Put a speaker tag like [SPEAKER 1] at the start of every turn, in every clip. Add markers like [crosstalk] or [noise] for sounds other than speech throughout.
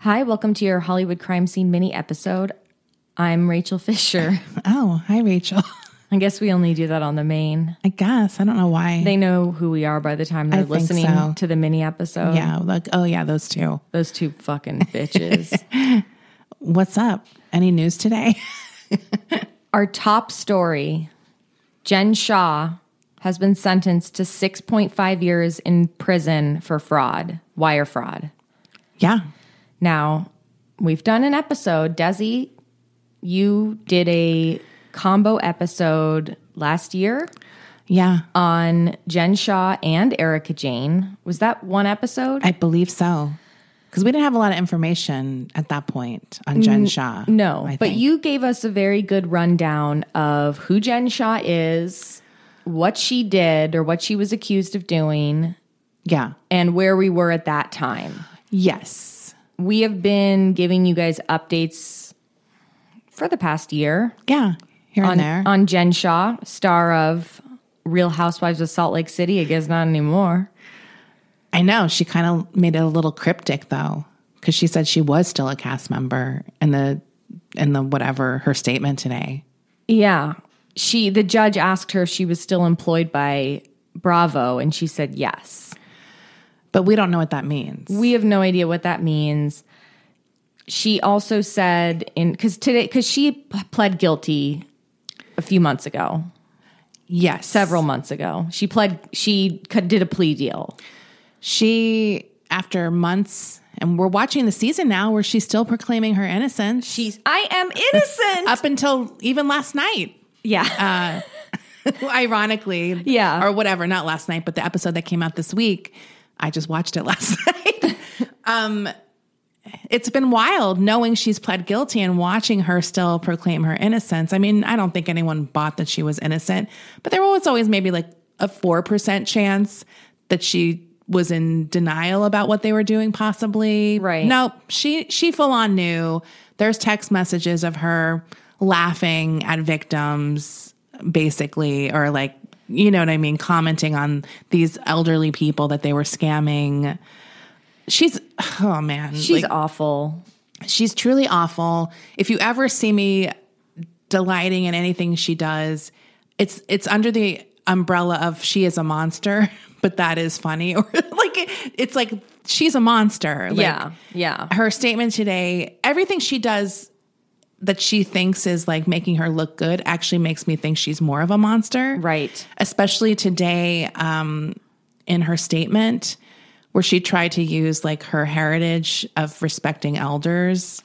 [SPEAKER 1] Hi, welcome to your Hollywood crime scene mini episode. I'm Rachel
[SPEAKER 2] [laughs]
[SPEAKER 1] Fisher.
[SPEAKER 2] Oh, hi, Rachel. [laughs]
[SPEAKER 1] I guess we only do that on the main.
[SPEAKER 2] I guess. I don't know why.
[SPEAKER 1] They know who we are by the time they're
[SPEAKER 2] think
[SPEAKER 1] listening
[SPEAKER 2] so.
[SPEAKER 1] to the mini episode.
[SPEAKER 2] yeah, like, oh, yeah, those two.
[SPEAKER 1] Those two
[SPEAKER 2] [laughs]
[SPEAKER 1] fucking bitches.
[SPEAKER 2] What's up? Any news today? [laughs]
[SPEAKER 1] Our top story Jen Shaw has been sentenced to 6.5 years in prison for fraud, wire fraud.
[SPEAKER 2] yeah.
[SPEAKER 1] Now, we've done an episode. Desi, you did a combo episode last year
[SPEAKER 2] Yeah.
[SPEAKER 1] on Jen Shaw and Erica Jane. Was that one episode?
[SPEAKER 2] I believe so. Because we didn't have a lot of information at that point on Jen Shaw.
[SPEAKER 1] no,
[SPEAKER 2] I
[SPEAKER 1] but
[SPEAKER 2] think.
[SPEAKER 1] you gave us a very good rundown of who Jen Shaw is, what she did or what she was accused of doing,
[SPEAKER 2] Yeah.
[SPEAKER 1] and where we were at that time.
[SPEAKER 2] Yes.
[SPEAKER 1] We have been giving you guys updates for the past year
[SPEAKER 2] Yeah. Here
[SPEAKER 1] on,
[SPEAKER 2] and there.
[SPEAKER 1] on Jen Shaw, star of Real Housewives of Salt Lake City. I guess not anymore.
[SPEAKER 2] I know. She kind of made it a little cryptic, though, because she said she was still a cast member in the, in the whatever her statement today.
[SPEAKER 1] Yeah. She the judge asked her if she was still employed by Bravo and she said yes.
[SPEAKER 2] But we don't know what that means.
[SPEAKER 1] We have no idea what that means. She also said in cuz today cuz she p- pled guilty a few months ago,
[SPEAKER 2] yes.
[SPEAKER 1] several months ago. She pled she c- did a plea deal.
[SPEAKER 2] She, after months, and we're watching the season now where she's still proclaiming her innocence.
[SPEAKER 1] She's I am innocent.
[SPEAKER 2] up until even last night,
[SPEAKER 1] yeah.
[SPEAKER 2] um, ironically.
[SPEAKER 1] Yeah.
[SPEAKER 2] Or whatever, not last night, but the episode that came out this week. I just watched it [laughs] last night. um, it's been wild knowing she's pled guilty and watching her still proclaim her innocence. I mean, I don't think anyone bought that she was innocent, but there was always maybe like a 4% chance that she was in denial about what they were doing possibly.
[SPEAKER 1] Right.
[SPEAKER 2] Nope. She she full on knew. There's text messages of her laughing at victims basically or like you know what I mean commenting on these elderly people that they were scamming. She's oh man.
[SPEAKER 1] She's
[SPEAKER 2] like,
[SPEAKER 1] awful.
[SPEAKER 2] She's truly awful. If you ever see me delighting in anything she does, it's it's under the umbrella of she is a monster, [laughs] but that is funny [laughs] or like it, it's like she's a monster. Like,
[SPEAKER 1] yeah. Yeah.
[SPEAKER 2] Her statement today, everything she does that she thinks is like making her look good actually makes me think she's more of a monster
[SPEAKER 1] Right.
[SPEAKER 2] especially today um, in her statement where she tried to use like her heritage of respecting elders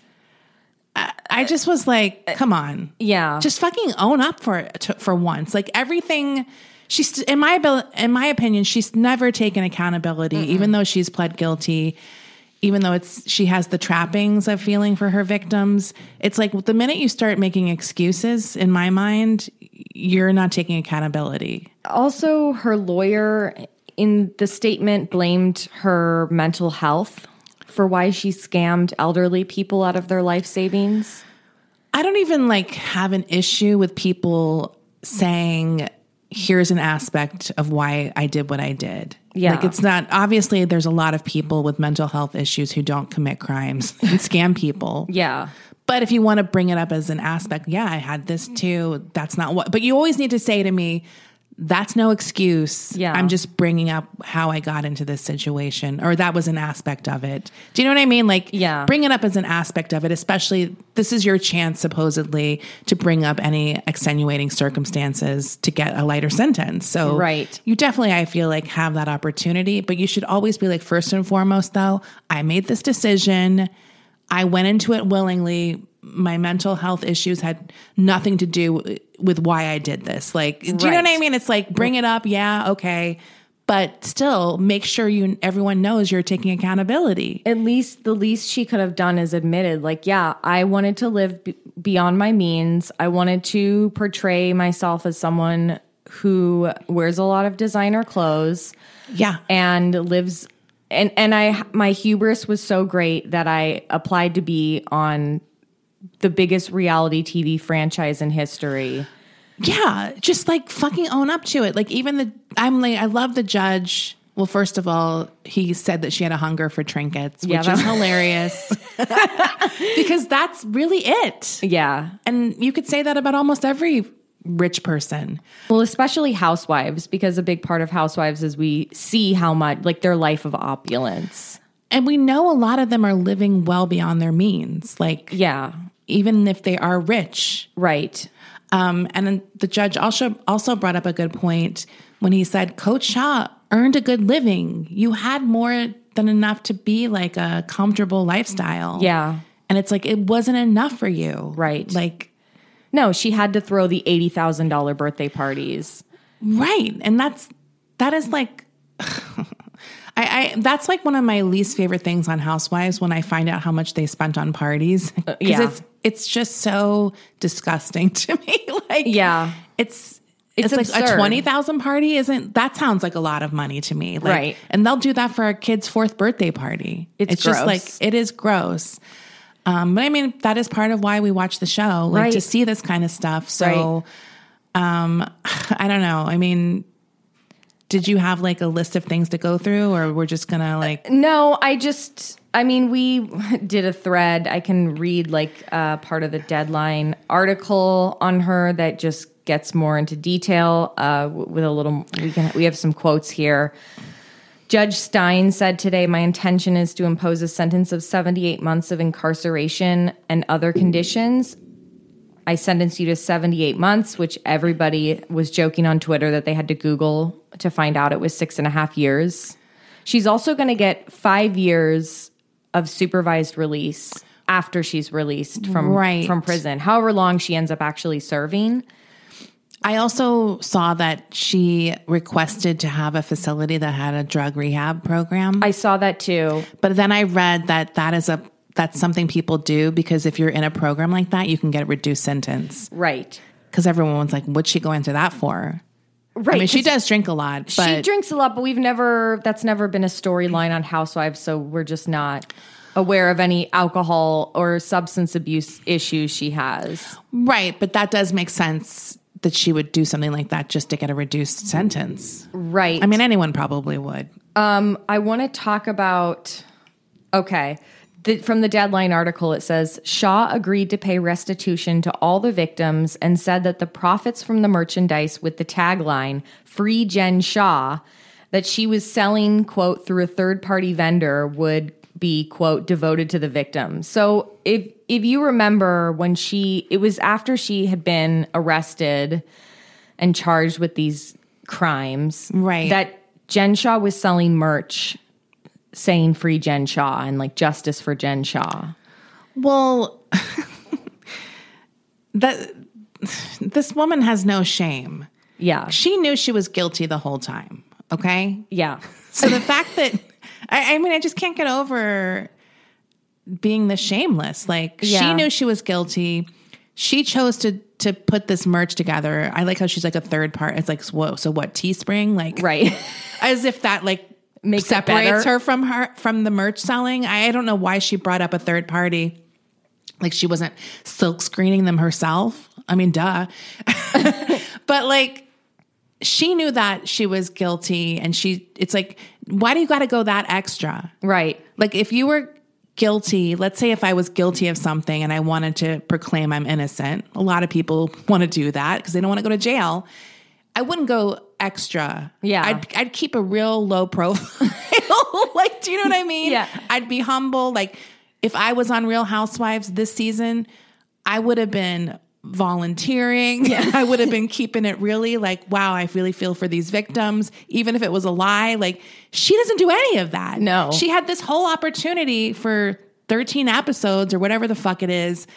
[SPEAKER 2] I, I just was like come on
[SPEAKER 1] Yeah.
[SPEAKER 2] just fucking own up for it to, for once like everything she's in my abil- in my opinion she's never taken accountability even though she's pled guilty even though it's she has the trappings of feeling for her victims it's like the minute you start making excuses in my mind you're not taking accountability
[SPEAKER 1] also her lawyer in the statement blamed her mental health for why she scammed elderly people out of their life savings.
[SPEAKER 2] I don't even like have an issue with people saying here's an aspect of why I did what I did.
[SPEAKER 1] Yeah.
[SPEAKER 2] Like it's not obviously there's a lot of people with mental health issues who don't commit crimes and scam people.
[SPEAKER 1] Yeah.
[SPEAKER 2] But if you want to bring it up as an aspect, yeah, I had this
[SPEAKER 1] Mm.
[SPEAKER 2] too. That's not what but you always need to say to me that's no excuse.
[SPEAKER 1] Yeah.
[SPEAKER 2] I'm just bringing up how I got into this situation or that was an aspect of it. Do you know what I mean? Like
[SPEAKER 1] Yeah.
[SPEAKER 2] bring it up as an aspect of it, especially this is your chance supposedly to bring up any extenuating circumstances to get a lighter sentence. So
[SPEAKER 1] Right.
[SPEAKER 2] you definitely I feel like have that opportunity, but you should always be like first and foremost though, I made this decision. I went into it willingly. My mental health issues had nothing to do with why I did this. Like, do you know what I
[SPEAKER 1] Right.
[SPEAKER 2] mean? It's like bring it up, yeah, okay, but still make sure you everyone knows you're taking accountability.
[SPEAKER 1] At least the least she could have done is admitted, like, yeah, I wanted to live b- beyond my means. I wanted to portray myself as someone who wears a lot of designer clothes.
[SPEAKER 2] Yeah,
[SPEAKER 1] and lives and and I my hubris was so great that I applied to be on the biggest reality TV franchise in history.
[SPEAKER 2] yeah, just like fucking own up to it. Like even the I'm like I love the judge Well, first of all, he said that she had a hunger for trinkets, which
[SPEAKER 1] Yeah, that- [laughs]
[SPEAKER 2] is hilarious [laughs] because that's really it.
[SPEAKER 1] Yeah.
[SPEAKER 2] And you could say that about almost every rich person.
[SPEAKER 1] Well, especially housewives, because a big part of housewives is we see how much, like their life of opulence.
[SPEAKER 2] And we know a lot of them are living well beyond their means, like
[SPEAKER 1] Yeah.
[SPEAKER 2] even if they are rich.
[SPEAKER 1] Right.
[SPEAKER 2] Um, and then the judge also also brought up a good point when he said Coach Shaw earned a good living. You had more than enough to be like a comfortable lifestyle.
[SPEAKER 1] Yeah.
[SPEAKER 2] And it's like it wasn't enough for you.
[SPEAKER 1] Right.
[SPEAKER 2] Like
[SPEAKER 1] No, she had to throw the $80,000 birthday parties.
[SPEAKER 2] Right. And that's that is like [laughs] I, I that's like one of my least favorite things on Housewives when I find out how much they spent on parties. 'Cause
[SPEAKER 1] Uh, yeah.
[SPEAKER 2] it's it's just so disgusting [laughs] to me. like
[SPEAKER 1] Yeah.
[SPEAKER 2] It's
[SPEAKER 1] It's
[SPEAKER 2] it's, like
[SPEAKER 1] absurd.
[SPEAKER 2] a twenty thousand party isn't that sounds like a lot of money to me. Like,
[SPEAKER 1] Right.
[SPEAKER 2] And they'll do that for a kid's fourth birthday party.
[SPEAKER 1] It's
[SPEAKER 2] just like
[SPEAKER 1] gross.
[SPEAKER 2] it is gross. Um, but I mean that is part of why we watch the show, like to
[SPEAKER 1] Right.
[SPEAKER 2] see this kind of stuff. So um [sighs] I don't know. I mean did you have like a list of things to go through or we're just gonna like
[SPEAKER 1] No, I just, I mean, we [laughs] did a thread. I can read like uh, part of the deadline article on her that just gets more into detail uh, w- with a little, we, can, we have some quotes here. Judge Stein said today, My intention is to impose a sentence of 78 months of incarceration and other conditions. I sentence you to 78 months, which everybody was joking on Twitter that they had to Google to find out it was six and a half years. She's also going to get five years of supervised release after she's released from,
[SPEAKER 2] Right.
[SPEAKER 1] from prison, however long she ends up actually serving.
[SPEAKER 2] I also saw that she requested to have a facility that had a drug rehab program.
[SPEAKER 1] I saw that too.
[SPEAKER 2] But then I read that that is a that's something people do because if you're in a program like that, you can get a reduced sentence.
[SPEAKER 1] Right.
[SPEAKER 2] Because everyone was like, "What's she going to that for?"
[SPEAKER 1] Right.
[SPEAKER 2] I mean, she
[SPEAKER 1] 'cause-
[SPEAKER 2] does drink a lot, but
[SPEAKER 1] she drinks a lot, but we've never that's never been a storyline on Housewives, so we're just not aware of any alcohol or substance abuse issues she has.
[SPEAKER 2] right. But that does make sense that she would do something like that just to get a reduced sentence.
[SPEAKER 1] Right.
[SPEAKER 2] I mean, anyone probably would.
[SPEAKER 1] I want to talk about okay. The, from the deadline article, it says Shaw agreed to pay restitution to all the victims and said that the profits from the merchandise with the tagline "Free Jen Shaw" that she was selling quote through a third party vendor would be quote devoted to the victims. So if if you remember when she it was after she had been arrested and charged with these crimes.
[SPEAKER 2] Right.
[SPEAKER 1] That Jen Shaw was selling merch saying free Jen Shaw and like justice for Jen Shaw.
[SPEAKER 2] Well, [laughs] that this woman has no shame.
[SPEAKER 1] Yeah.
[SPEAKER 2] She knew she was guilty the whole time. Okay,
[SPEAKER 1] Yeah.
[SPEAKER 2] So the fact that [laughs] I, I mean, I just can't get over being the shameless. Like
[SPEAKER 1] Yeah.
[SPEAKER 2] she knew she was guilty. She chose to to put this merch together. I like how she's like a third part. It's like whoa, so what? Teespring, like
[SPEAKER 1] Right. [laughs]
[SPEAKER 2] as if that like
[SPEAKER 1] Makes it
[SPEAKER 2] separates
[SPEAKER 1] better.
[SPEAKER 2] her from her from the merch selling. I, I don't know why she brought up a third party. Like she wasn't silk screening them herself. I mean, duh. [laughs] but like she knew that she was guilty and she it's like why do you got to go that extra?
[SPEAKER 1] right.
[SPEAKER 2] Like if you were guilty, let's say if I was guilty of something and I wanted to proclaim I'm innocent, a lot of people want to do that because they don't want to go to jail. I wouldn't go extra.
[SPEAKER 1] Yeah.
[SPEAKER 2] I'd I'd keep a real low [laughs] profile. like, do you know what I mean?
[SPEAKER 1] Yeah.
[SPEAKER 2] I'd be humble. Like if I was on Real Housewives this season, I would have been volunteering. [laughs] I would have been keeping it really like, wow, I really feel for these victims, even if it was a lie. Like she doesn't do any of that.
[SPEAKER 1] No.
[SPEAKER 2] She had this whole opportunity for 13 episodes or whatever the fuck it is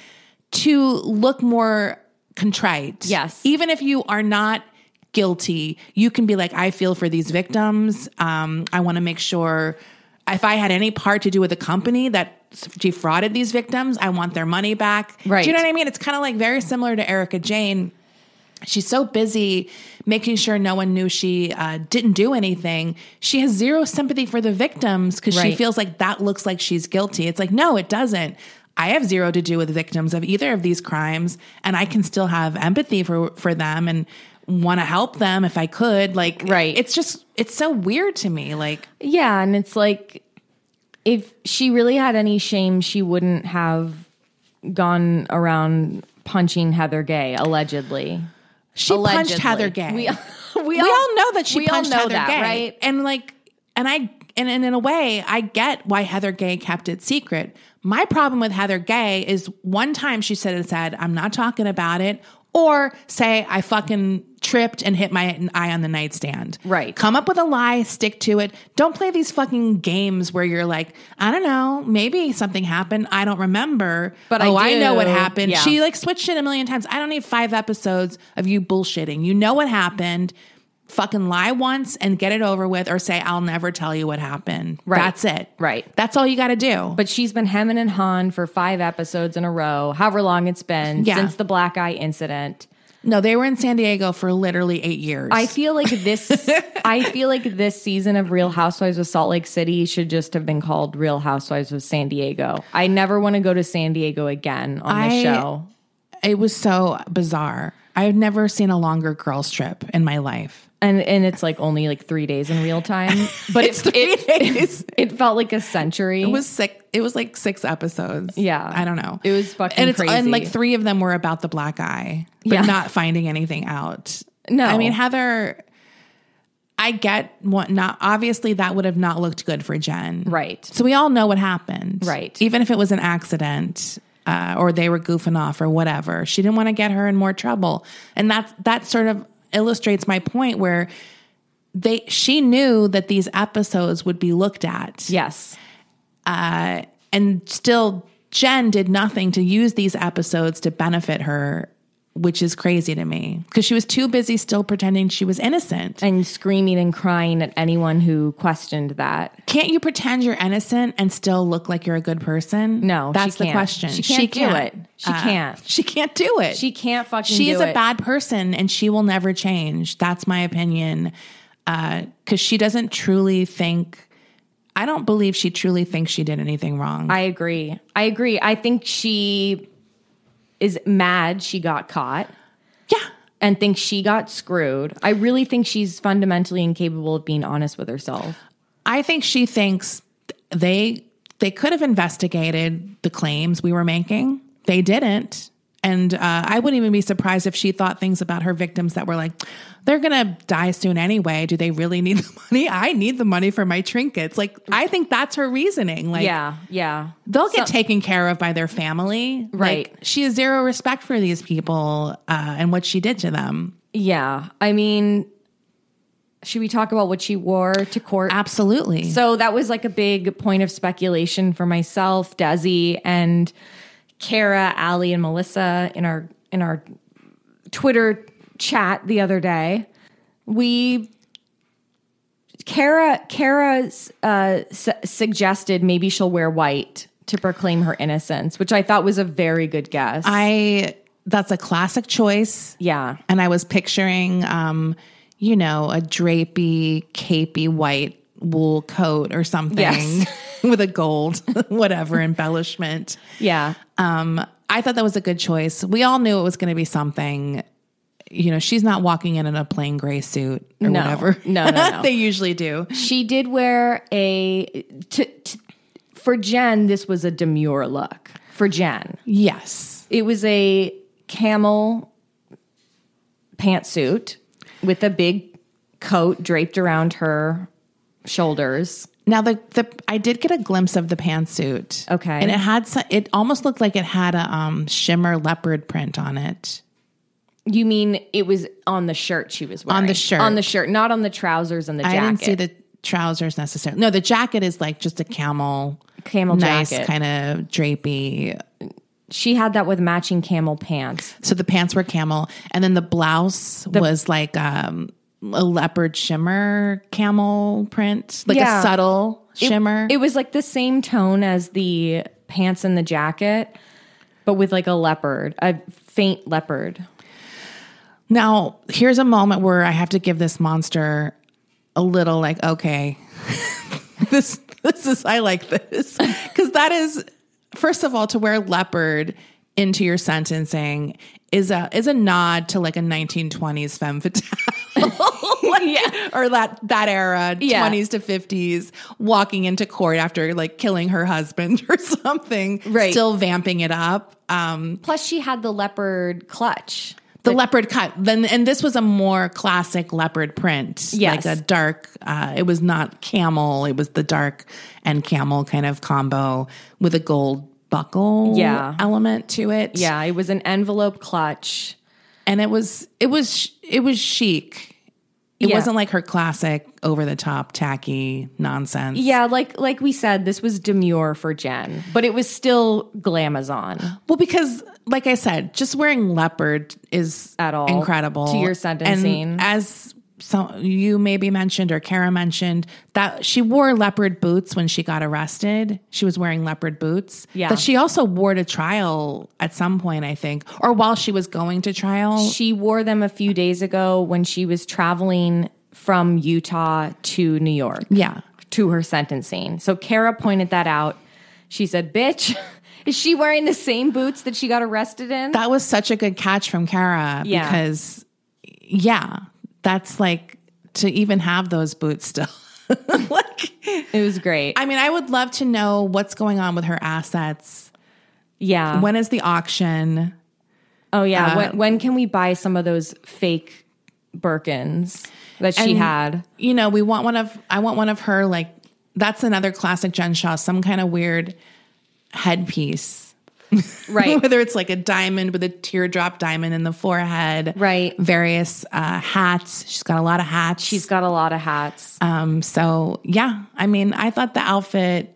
[SPEAKER 2] to look more contrite.
[SPEAKER 1] Yes.
[SPEAKER 2] Even if you are not guilty, you can be like, I feel for these victims. Um, I want to make sure if I had any part to do with a company that s- defrauded these victims, I want their money back.
[SPEAKER 1] Right.
[SPEAKER 2] Do you know what I mean? It's kind of like very similar to Erica Jane she's so busy making sure no one knew she uh, didn't do anything. She has zero sympathy for the victims because she
[SPEAKER 1] Right.
[SPEAKER 2] feels like that looks like she's guilty. It's like, no, it doesn't. I have zero to do with victims of either of these crimes, and I can still have empathy for for them. And want to help them if I could. Like,
[SPEAKER 1] Right.
[SPEAKER 2] It's just, it's so weird to me. Like,
[SPEAKER 1] Yeah, and it's like if she really had any shame, she wouldn't have gone around punching Heather Gay allegedly.
[SPEAKER 2] she
[SPEAKER 1] Allegedly.
[SPEAKER 2] punched Heather Gay.
[SPEAKER 1] We,
[SPEAKER 2] We,
[SPEAKER 1] [laughs] we,
[SPEAKER 2] all, know that she
[SPEAKER 1] we all
[SPEAKER 2] punched
[SPEAKER 1] know
[SPEAKER 2] Heather
[SPEAKER 1] that,
[SPEAKER 2] Gay,
[SPEAKER 1] right?
[SPEAKER 2] And like, and I, and, and in a way, I get why Heather Gay kept it secret. My problem with Heather Gay is one time she said and said, "I'm not talking about it," or say, "I fucking tripped and hit my eye on the nightstand."
[SPEAKER 1] Right.
[SPEAKER 2] Come up with a lie, stick to it. Don't play these fucking games where you're like, "I don't know, maybe something happened, I don't remember."
[SPEAKER 1] But I
[SPEAKER 2] oh, I, know what
[SPEAKER 1] do."
[SPEAKER 2] happened.
[SPEAKER 1] Yeah.
[SPEAKER 2] She like switched it a million times. I don't need five episodes of you bullshitting. You know what happened. Fucking lie once and get it over with, or say I'll never tell you what happened.
[SPEAKER 1] Right.
[SPEAKER 2] That's it.
[SPEAKER 1] Right.
[SPEAKER 2] That's all you got to do.
[SPEAKER 1] But she's been hemming and hawing for five episodes in a row, however long it's been
[SPEAKER 2] Yeah.
[SPEAKER 1] since the black eye incident.
[SPEAKER 2] no, they were in San Diego for literally eight years.
[SPEAKER 1] I feel like
[SPEAKER 2] [laughs]
[SPEAKER 1] this. I feel like this season of Real Housewives of Salt Lake City should just have been called Real Housewives of San Diego. I never want to go to San Diego again on the
[SPEAKER 2] I-
[SPEAKER 1] show.
[SPEAKER 2] it was so bizarre. I've never seen a longer girls trip in my life.
[SPEAKER 1] and and it's like only like three days in real
[SPEAKER 2] [laughs]
[SPEAKER 1] time, but it, it,
[SPEAKER 2] days.
[SPEAKER 1] it felt like a century.
[SPEAKER 2] It was six. It was like six episodes.
[SPEAKER 1] Yeah.
[SPEAKER 2] I don't know.
[SPEAKER 1] It was fucking
[SPEAKER 2] and it's and
[SPEAKER 1] crazy.
[SPEAKER 2] like three of them were about the black eye, but
[SPEAKER 1] Yeah.
[SPEAKER 2] not finding anything out.
[SPEAKER 1] No.
[SPEAKER 2] I mean Heather. I get what not obviously that would have not looked good for Jen,
[SPEAKER 1] right,
[SPEAKER 2] So we all know what happened,
[SPEAKER 1] Right.
[SPEAKER 2] Even if it was an accident. Uh, or they were goofing off or whatever. She didn't want to get her in more trouble. And that that sort of illustrates my point where they she knew that these episodes would be looked at
[SPEAKER 1] yes,
[SPEAKER 2] and still Jen did nothing to use these episodes to benefit her, which is crazy to me because she was too busy still pretending she was innocent.
[SPEAKER 1] and screaming and crying at anyone who questioned that.
[SPEAKER 2] Can't you pretend you're innocent and still look like you're a good person?
[SPEAKER 1] No, she
[SPEAKER 2] that's the
[SPEAKER 1] can't.
[SPEAKER 2] question. Uh,
[SPEAKER 1] She can't do it. She can't.
[SPEAKER 2] She can't do it.
[SPEAKER 1] She can't fucking.
[SPEAKER 2] she is
[SPEAKER 1] do
[SPEAKER 2] a
[SPEAKER 1] it.
[SPEAKER 2] bad person and she will never change. That's my opinion. Because she doesn't truly think, I don't believe she truly thinks she did anything wrong.
[SPEAKER 1] I agree. I agree. I think she is mad she got caught
[SPEAKER 2] yeah.
[SPEAKER 1] and thinks she got screwed. I really think she's fundamentally incapable of being honest with herself.
[SPEAKER 2] I think she thinks they they could have investigated the claims we were making. They didn't. And uh, I wouldn't even be surprised if she thought things about her victims that were like, they're gonna die soon anyway. Do they really need the [laughs] money? I need the money for my trinkets. Like, I think that's her reasoning. Like,
[SPEAKER 1] Yeah, yeah.
[SPEAKER 2] they'll get taken care of by their family.
[SPEAKER 1] Right.
[SPEAKER 2] Like, she has zero respect for these people uh, and what she did to them.
[SPEAKER 1] Yeah. I mean, should we talk about what she wore to court?
[SPEAKER 2] Absolutely.
[SPEAKER 1] So that was like a big point of speculation for myself, Desi, and Kara, Allie, and Melissa in our in our Twitter chat the other day. We Kara Kara uh, su- suggested maybe she'll wear white to proclaim her innocence, which I thought was a very good guess.
[SPEAKER 2] I that's a classic choice.
[SPEAKER 1] yeah,
[SPEAKER 2] and I was picturing, um, you know, a drapey, capey white wool coat or something
[SPEAKER 1] Yes.
[SPEAKER 2] [laughs] with a gold, [laughs] whatever embellishment.
[SPEAKER 1] yeah.
[SPEAKER 2] Um, I thought that was a good choice. We all knew it was going to be something. You know, she's not walking in in a plain gray suit or
[SPEAKER 1] No.
[SPEAKER 2] whatever.
[SPEAKER 1] No, no, no.
[SPEAKER 2] [laughs] they usually do.
[SPEAKER 1] She did wear a to, to, for Jen. This was a demure look for Jen.
[SPEAKER 2] Yes,
[SPEAKER 1] It was a camel pantsuit with a big coat draped around her shoulders.
[SPEAKER 2] Now the the I did get a glimpse of the pantsuit.
[SPEAKER 1] Okay.
[SPEAKER 2] and it had so- it almost looked like it had a um, shimmer leopard print on it.
[SPEAKER 1] You mean it was on the shirt she was wearing?
[SPEAKER 2] the shirt.
[SPEAKER 1] On the shirt, not on the trousers and the jacket.
[SPEAKER 2] I didn't see the trousers necessarily. No, the jacket is like just a camel,
[SPEAKER 1] camel
[SPEAKER 2] nice
[SPEAKER 1] jacket.
[SPEAKER 2] kind of drapey.
[SPEAKER 1] She had that with matching camel pants.
[SPEAKER 2] So the pants were camel, and then the blouse was like um, a leopard shimmer camel print, like
[SPEAKER 1] Yeah.
[SPEAKER 2] a subtle shimmer.
[SPEAKER 1] It was like the same tone as the pants and the jacket, but with like a leopard, a faint leopard.
[SPEAKER 2] now here's a moment where I have to give this monster a little like, okay, [laughs] this [laughs] this is I like this because that is first of all to wear leopard into your sentencing is a is a nod to like a 1920s femme fatale. [laughs] Like,
[SPEAKER 1] Yeah.
[SPEAKER 2] Or that that era,
[SPEAKER 1] Yeah.
[SPEAKER 2] 20s to 50s, walking into court after like killing her husband [laughs] or something,
[SPEAKER 1] Right.
[SPEAKER 2] still vamping it up. Um
[SPEAKER 1] Plus, she had the leopard clutch.
[SPEAKER 2] the leopard cut. Then and this was a more classic leopard print.
[SPEAKER 1] Yes.
[SPEAKER 2] Like a dark uh it was not camel, it was the dark and camel kind of combo with a gold buckle
[SPEAKER 1] Yeah.
[SPEAKER 2] element to it.
[SPEAKER 1] Yeah, it was an envelope clutch.
[SPEAKER 2] and it was it was it was chic. It
[SPEAKER 1] Yeah.
[SPEAKER 2] wasn't like her classic over the top tacky nonsense.
[SPEAKER 1] Yeah, like like we said, this was demure for Jen, but it was still glamazon.
[SPEAKER 2] Well, because like I said, just wearing leopard is
[SPEAKER 1] At all
[SPEAKER 2] incredible
[SPEAKER 1] to your sentencing.
[SPEAKER 2] And as some you maybe mentioned or Kara mentioned that she wore leopard boots when she got arrested. She was wearing leopard boots.
[SPEAKER 1] Yeah.
[SPEAKER 2] But she also wore to trial at some point, I think, or while she was going to trial.
[SPEAKER 1] She wore them a few days ago when she was traveling from Utah to New York
[SPEAKER 2] Yeah.
[SPEAKER 1] to her sentencing. So Kara pointed that out. She said, "Bitch, [laughs] is she wearing the same boots that she got arrested in?"
[SPEAKER 2] That was such a good catch from Kara
[SPEAKER 1] Yeah.
[SPEAKER 2] because yeah, that's like to even have those boots still. [laughs] like
[SPEAKER 1] it was great.
[SPEAKER 2] I mean, I would love to know what's going on with her assets.
[SPEAKER 1] yeah.
[SPEAKER 2] When uh, is the auction?
[SPEAKER 1] oh yeah. when, when can we buy some of those fake Birkins that she
[SPEAKER 2] And, [laughs]
[SPEAKER 1] had?
[SPEAKER 2] You know, we want one of I want one of her like that's another classic Jen Shaw, some kind of weird headpiece. [laughs]
[SPEAKER 1] Right.
[SPEAKER 2] Whether it's like a diamond with a teardrop diamond in the forehead.
[SPEAKER 1] Right.
[SPEAKER 2] Various uh, hats. She's got a lot of hats. She's
[SPEAKER 1] She's got a lot of hats.
[SPEAKER 2] Um, so yeah, I mean, I thought the outfit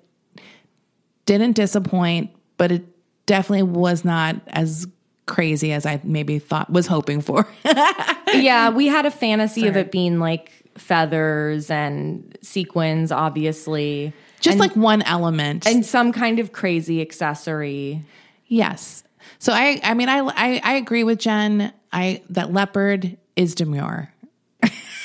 [SPEAKER 2] didn't disappoint, but it definitely was not as crazy as I maybe thought was hoping for. [laughs]
[SPEAKER 1] yeah, we had a fantasy of it being like feathers and sequins, obviously,
[SPEAKER 2] Just like one element.
[SPEAKER 1] and some kind of crazy accessory.
[SPEAKER 2] yes. So I, I mean, I, I, I agree with Jen. I that leopard is demure.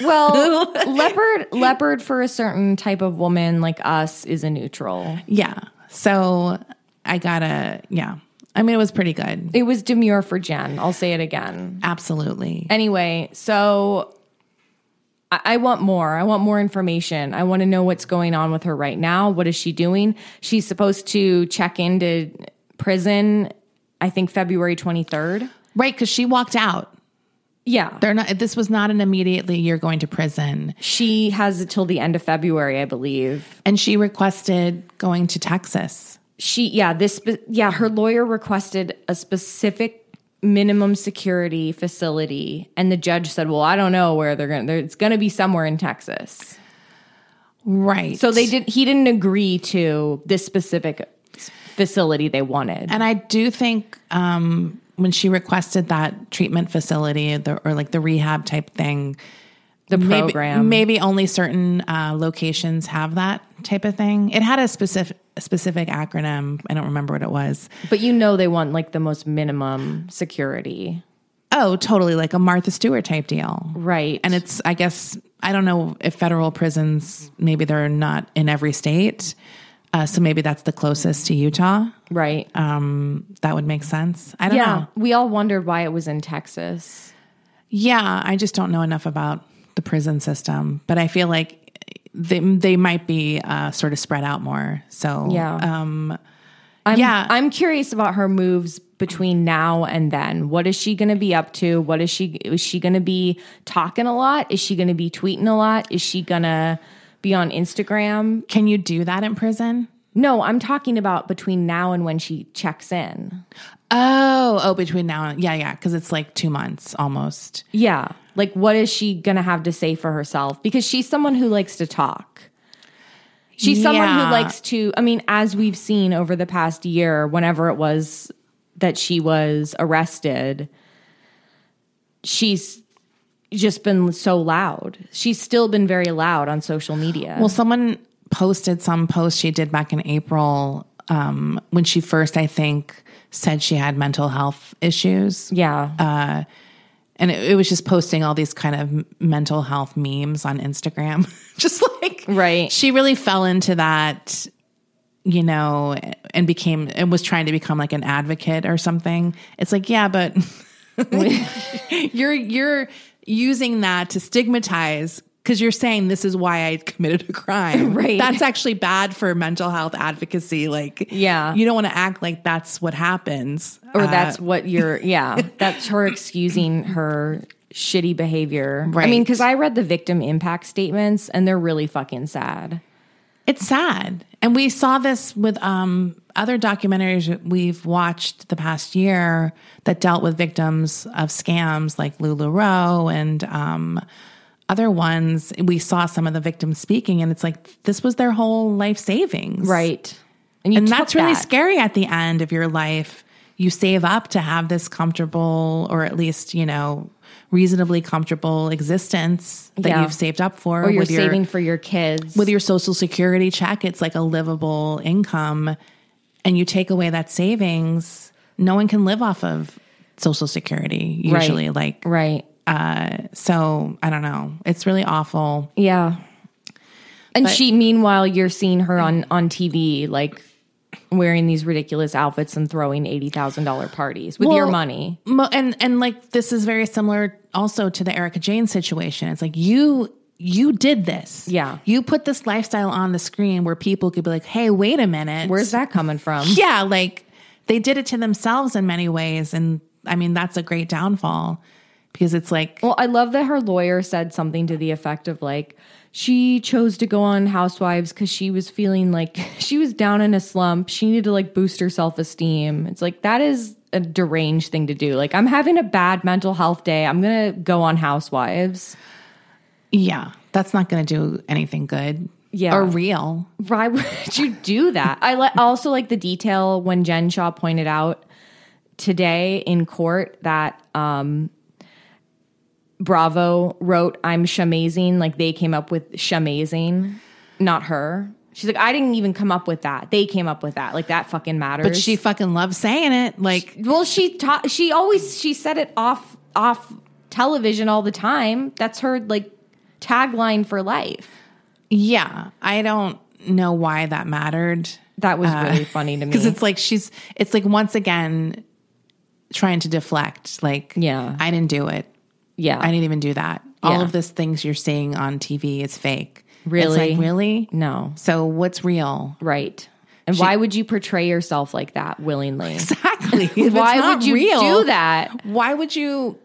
[SPEAKER 1] Well, leopard leopard for a certain type of woman like us is a neutral.
[SPEAKER 2] Yeah. So I gotta. Yeah. I mean, it was pretty good.
[SPEAKER 1] It was demure for Jen. I'll say it again.
[SPEAKER 2] Absolutely.
[SPEAKER 1] Anyway, so I, I want more. I want more information. I want to know what's going on with her right now. What is she doing? She's supposed to check into prison. I think February twenty third.
[SPEAKER 2] Right, because she walked out.
[SPEAKER 1] Yeah.
[SPEAKER 2] They're not. This was not an immediately you're going to prison.
[SPEAKER 1] She has it till the end of February, I believe.
[SPEAKER 2] and she requested going to Texas.
[SPEAKER 1] She, yeah, this, spe- yeah, her lawyer requested a specific minimum security facility, and the judge said, "Well, I don't know where they're going. to It's going to be somewhere in Texas."
[SPEAKER 2] Right.
[SPEAKER 1] So they did. He didn't agree to this specific s- facility they wanted.
[SPEAKER 2] and I do think um, when she requested that treatment facility the, or like the rehab type thing,
[SPEAKER 1] The
[SPEAKER 2] maybe-
[SPEAKER 1] program,
[SPEAKER 2] maybe, only certain uh, locations have that type of thing. It had a specific specific acronym. I don't remember what it was.
[SPEAKER 1] but you know, they want like the most minimum security,
[SPEAKER 2] Oh, totally, like a Martha Stewart type deal.
[SPEAKER 1] right?
[SPEAKER 2] And it's, I guess, I don't know if federal prisons maybe they're not in every state, uh, so maybe that's the closest to Utah.
[SPEAKER 1] right.
[SPEAKER 2] um, that would make sense. I don't
[SPEAKER 1] Uh, yeah,
[SPEAKER 2] know.
[SPEAKER 1] we all wondered why it was in Texas.
[SPEAKER 2] Yeah, I just don't know enough about the prison system, but I feel like they they might be uh, sort of spread out more. So
[SPEAKER 1] Yeah.
[SPEAKER 2] um,
[SPEAKER 1] I'm,
[SPEAKER 2] Yeah.
[SPEAKER 1] I'm curious about her moves between now and then. What is she going to be up to? What is she? Is she going to be talking a lot? Is she going to be tweeting a lot? Is she going to be on Instagram?
[SPEAKER 2] can you do that in prison?
[SPEAKER 1] No, I'm talking about between now and when she checks in.
[SPEAKER 2] Oh, oh, between now and yeah, yeah, because it's like two months almost.
[SPEAKER 1] Yeah. Like, what is she going to have to say for herself? Because she's someone who likes to talk. She's someone who
[SPEAKER 2] Yeah.
[SPEAKER 1] likes to, I mean, as we've seen over the past year, whenever it was that she was arrested, she's just been so loud. She's still been very loud on social media.
[SPEAKER 2] Well, someone posted some post she did back in April um, when she first, I think, said she had mental health issues.
[SPEAKER 1] yeah.
[SPEAKER 2] uh, and it, it was just posting all these kind of m- mental health memes on Instagram. [laughs] just like
[SPEAKER 1] Right.
[SPEAKER 2] she really fell into that you know, and became and was trying to become like an advocate or something. It's like,
[SPEAKER 1] [laughs]
[SPEAKER 2] yeah, but [laughs] you're you're using that to stigmatize because you're saying this is why I committed a
[SPEAKER 1] [laughs]
[SPEAKER 2] crime.
[SPEAKER 1] Right.
[SPEAKER 2] That's actually bad for mental health advocacy. Like,
[SPEAKER 1] Yeah.
[SPEAKER 2] you don't want to act like that's what happens.
[SPEAKER 1] or
[SPEAKER 2] Uh,
[SPEAKER 1] that's what you're yeah that's her excusing her shitty behavior i mean
[SPEAKER 2] Right.
[SPEAKER 1] because i read the victim impact statements and they're really fucking sad
[SPEAKER 2] It's sad. And we saw this with um, other documentaries we've watched the past year that dealt with victims of scams like LuLaRoe and um, other ones. We saw some of the victims speaking, and it's like this was their whole life savings.
[SPEAKER 1] right and you
[SPEAKER 2] And
[SPEAKER 1] took
[SPEAKER 2] that's really
[SPEAKER 1] that.
[SPEAKER 2] scary at the end of your life. You save up to have this comfortable, or at least, you know, reasonably comfortable existence that
[SPEAKER 1] Yeah.
[SPEAKER 2] you've saved up for.
[SPEAKER 1] or you're
[SPEAKER 2] with your-
[SPEAKER 1] saving for your kids
[SPEAKER 2] with your social security check, it's like a livable income, and you take away that savings, no one can live off of social security
[SPEAKER 1] Right.
[SPEAKER 2] usually. Like,
[SPEAKER 1] right
[SPEAKER 2] so I don't know. It's really awful.
[SPEAKER 1] yeah and she meanwhile you're seeing her on on tv like wearing these ridiculous outfits and throwing $80000 parties with your
[SPEAKER 2] Well,
[SPEAKER 1] money
[SPEAKER 2] Mo- and and like this is very similar also to the Erica Jane situation. It's like you you did this.
[SPEAKER 1] Yeah.
[SPEAKER 2] You put this lifestyle on the screen where people could be like, "Hey, wait a minute.
[SPEAKER 1] where's that coming from
[SPEAKER 2] [laughs] yeah, like they did it to themselves in many ways. And I mean, that's a great downfall because it's like,
[SPEAKER 1] Well, I love that her lawyer said something to the effect of like she chose to go on Housewives because she was feeling like [laughs] she was down in a slump. She needed to like boost her self esteem. It's like that is a deranged thing to do. Like I'm having a bad mental health day. I'm gonna go on Housewives.
[SPEAKER 2] yeah, that's not going to do anything good
[SPEAKER 1] Yeah.
[SPEAKER 2] or real.
[SPEAKER 1] Why [laughs] would you do that? I li- also like the detail when Jen Shaw pointed out today in court that um, Bravo wrote "I'm shamazing," like they came up with "shamazing," not her. She's like, I didn't even come up with that. They came up with that. Like that fucking matters.
[SPEAKER 2] But she fucking loves saying it. Like,
[SPEAKER 1] well, she taught. She always she said it off off television all the time. That's her like tagline for life.
[SPEAKER 2] yeah, I don't know why that mattered
[SPEAKER 1] That was really funny
[SPEAKER 2] [laughs]
[SPEAKER 1] to me.
[SPEAKER 2] because Uh, it's like she's, it's like once again trying to deflect. Like,
[SPEAKER 1] Yeah.
[SPEAKER 2] I didn't do it.
[SPEAKER 1] yeah,
[SPEAKER 2] I didn't even do that. All
[SPEAKER 1] Yeah.
[SPEAKER 2] of these things you're seeing on TV is fake.
[SPEAKER 1] Really?
[SPEAKER 2] It's like, really?
[SPEAKER 1] no.
[SPEAKER 2] So what's real? [laughs]
[SPEAKER 1] Right. And why would you portray yourself like that willingly?
[SPEAKER 2] Exactly. If it's
[SPEAKER 1] Why
[SPEAKER 2] not
[SPEAKER 1] would you
[SPEAKER 2] real,
[SPEAKER 1] do that?
[SPEAKER 2] Why would you?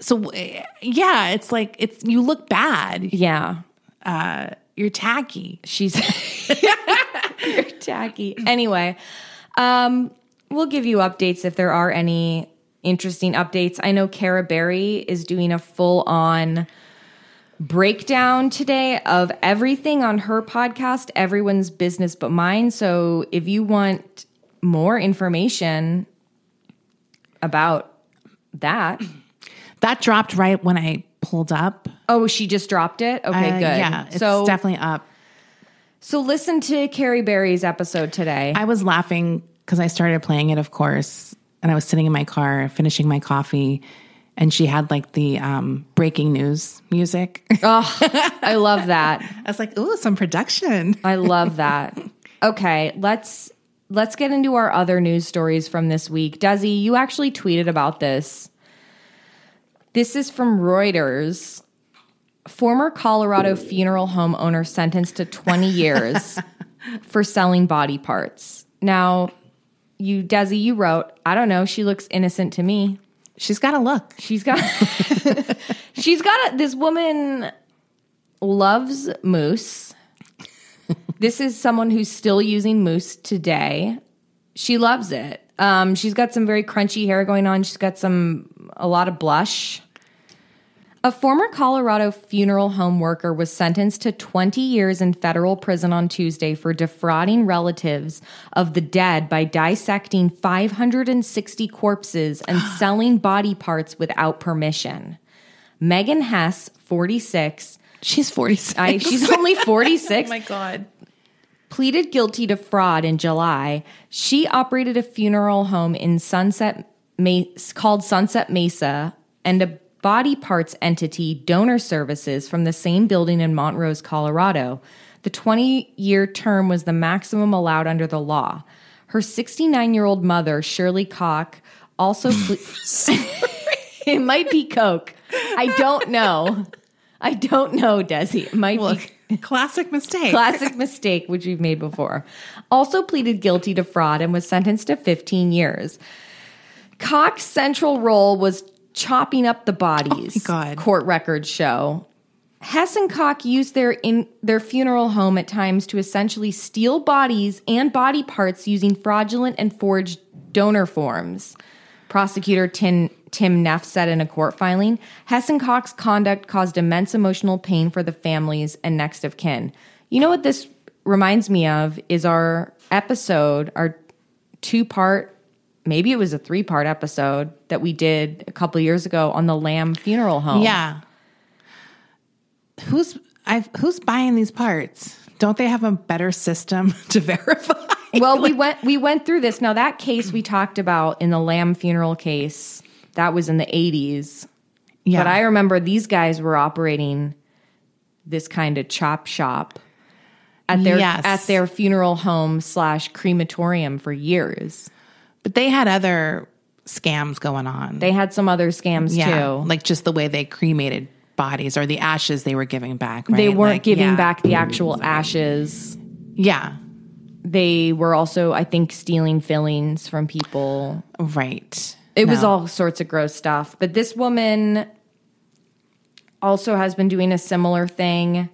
[SPEAKER 2] So eh, yeah, it's like it's you look bad.
[SPEAKER 1] Yeah.
[SPEAKER 2] You're tacky.
[SPEAKER 1] She's [laughs] You're tacky. Anyway, um, we'll give you updates if there are any interesting updates. I know Cara Berry is doing a full on breakdown today of everything on her podcast, Everyone's Business But Mine. So if you want more information about that,
[SPEAKER 2] That dropped right when I pulled up.
[SPEAKER 1] Oh, she just dropped it. Okay,
[SPEAKER 2] Uh,
[SPEAKER 1] good.
[SPEAKER 2] Yeah, it's
[SPEAKER 1] so
[SPEAKER 2] definitely up.
[SPEAKER 1] so listen to Carrie Berry's episode today.
[SPEAKER 2] I was laughing because I started playing it, of course, and I was sitting in my car finishing my coffee, and she had like the um, breaking news music.
[SPEAKER 1] Oh.
[SPEAKER 2] [laughs] I
[SPEAKER 1] I love that.
[SPEAKER 2] was like, "Ooh, some production."
[SPEAKER 1] I love that. Okay, let's let's get into our other news stories from this week. Desi, you actually tweeted about this. This is from Reuters. Former Colorado funeral home owner sentenced to 20
[SPEAKER 2] [laughs]
[SPEAKER 1] years for selling body parts. Now, you Desi, you wrote, I don't know, she looks innocent to me.
[SPEAKER 2] She's got a look.
[SPEAKER 1] She's got [laughs] She's got a, this woman loves moose. This is someone who's still using moose today. She loves it. Um, she's got some very crunchy hair going on. She's got some a lot of blush. A former Colorado funeral home worker was sentenced to 20 years in federal prison on Tuesday for defrauding relatives of the dead by dissecting 560 corpses and selling body parts without permission. Megan Hess, 46,
[SPEAKER 2] She's forty six.
[SPEAKER 1] I, she's only 46,
[SPEAKER 2] god.
[SPEAKER 1] pleaded guilty to fraud in July. She operated a funeral home in Sunset Ma- called Sunset Mesa and a body parts entity, Donor Services, from the same building in Montrose, Colorado. The 20 year term was the maximum allowed under the law. Her 69 year old mother, Shirley Cock, also. ple- [laughs] it might be Coke. I don't know. I don't know, Desi. It might be
[SPEAKER 2] Look, [laughs] classic
[SPEAKER 1] [laughs]
[SPEAKER 2] mistake.
[SPEAKER 1] classic mistake which we've made before. Also pleaded guilty to fraud and was sentenced to 15 years. Cox's central role was chopping up the bodies.
[SPEAKER 2] God.
[SPEAKER 1] Court records show. Hess and Cock used their in their funeral home at times to essentially steal bodies and body parts using fraudulent and forged donor forms. Prosecutor Tim, Tim Neff said in a court filing, Hess and Cock's conduct caused immense emotional pain for the families and next of kin. You know what this reminds me of is our episode, our two part, maybe it was a three part episode that we did a couple years ago on the Lamb funeral home.
[SPEAKER 2] Yeah. Who's I've, who's buying these parts? Don't they have a better system [laughs] to verify?
[SPEAKER 1] well we went we went through this now that case we talked about in the lamb funeral case that was in the 80s
[SPEAKER 2] yeah.
[SPEAKER 1] but i remember these guys were operating this kind of chop shop at their
[SPEAKER 2] Yes.
[SPEAKER 1] at their funeral home slash crematorium for years
[SPEAKER 2] But they had other scams going on.
[SPEAKER 1] they had some other scams
[SPEAKER 2] yeah,
[SPEAKER 1] too
[SPEAKER 2] like just the way they cremated bodies or the ashes they were giving back.
[SPEAKER 1] they
[SPEAKER 2] right?
[SPEAKER 1] weren't
[SPEAKER 2] Like,
[SPEAKER 1] giving
[SPEAKER 2] yeah.
[SPEAKER 1] back the actual ashes
[SPEAKER 2] Yeah,
[SPEAKER 1] they were also i think stealing fillings from people
[SPEAKER 2] right.
[SPEAKER 1] It was
[SPEAKER 2] No.
[SPEAKER 1] all sorts of gross stuff. But this woman also has been doing a similar thing.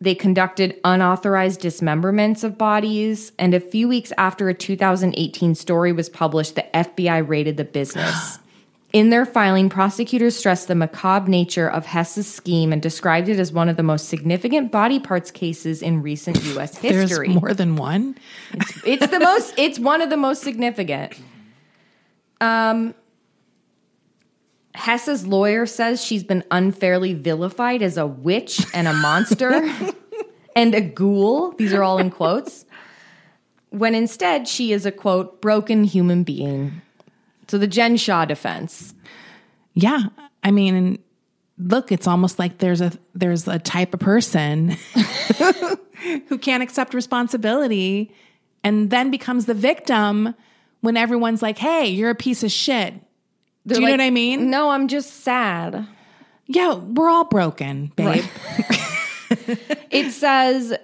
[SPEAKER 1] They conducted unauthorized dismemberments of bodies. And a few weeks after a 2018 story was published, the FBI raided the
[SPEAKER 2] [gasps]
[SPEAKER 1] business. In their filing, prosecutors stressed the macabre nature of Hess's scheme and described it as one of the most significant body parts cases in recent U.S.
[SPEAKER 2] [laughs] There's
[SPEAKER 1] history.
[SPEAKER 2] more than one.
[SPEAKER 1] It's the most. It's one of the most significant. Um, Hess's lawyer says she's been unfairly vilified as a witch and a
[SPEAKER 2] [laughs]
[SPEAKER 1] monster and a ghoul. These are all in quotes. When instead she is a quote broken human being. So the Jen Shaw defense.
[SPEAKER 2] Yeah, I mean, look, it's almost like there's a there's a type
[SPEAKER 1] [laughs]
[SPEAKER 2] of person who can't accept responsibility, and then becomes the victim when everyone's like, "Hey, you're a piece of shit."
[SPEAKER 1] They're
[SPEAKER 2] Do you
[SPEAKER 1] like, "Mm."
[SPEAKER 2] know what I mean?
[SPEAKER 1] No, I'm just sad.
[SPEAKER 2] Yeah, we're all broken, babe.
[SPEAKER 1] It says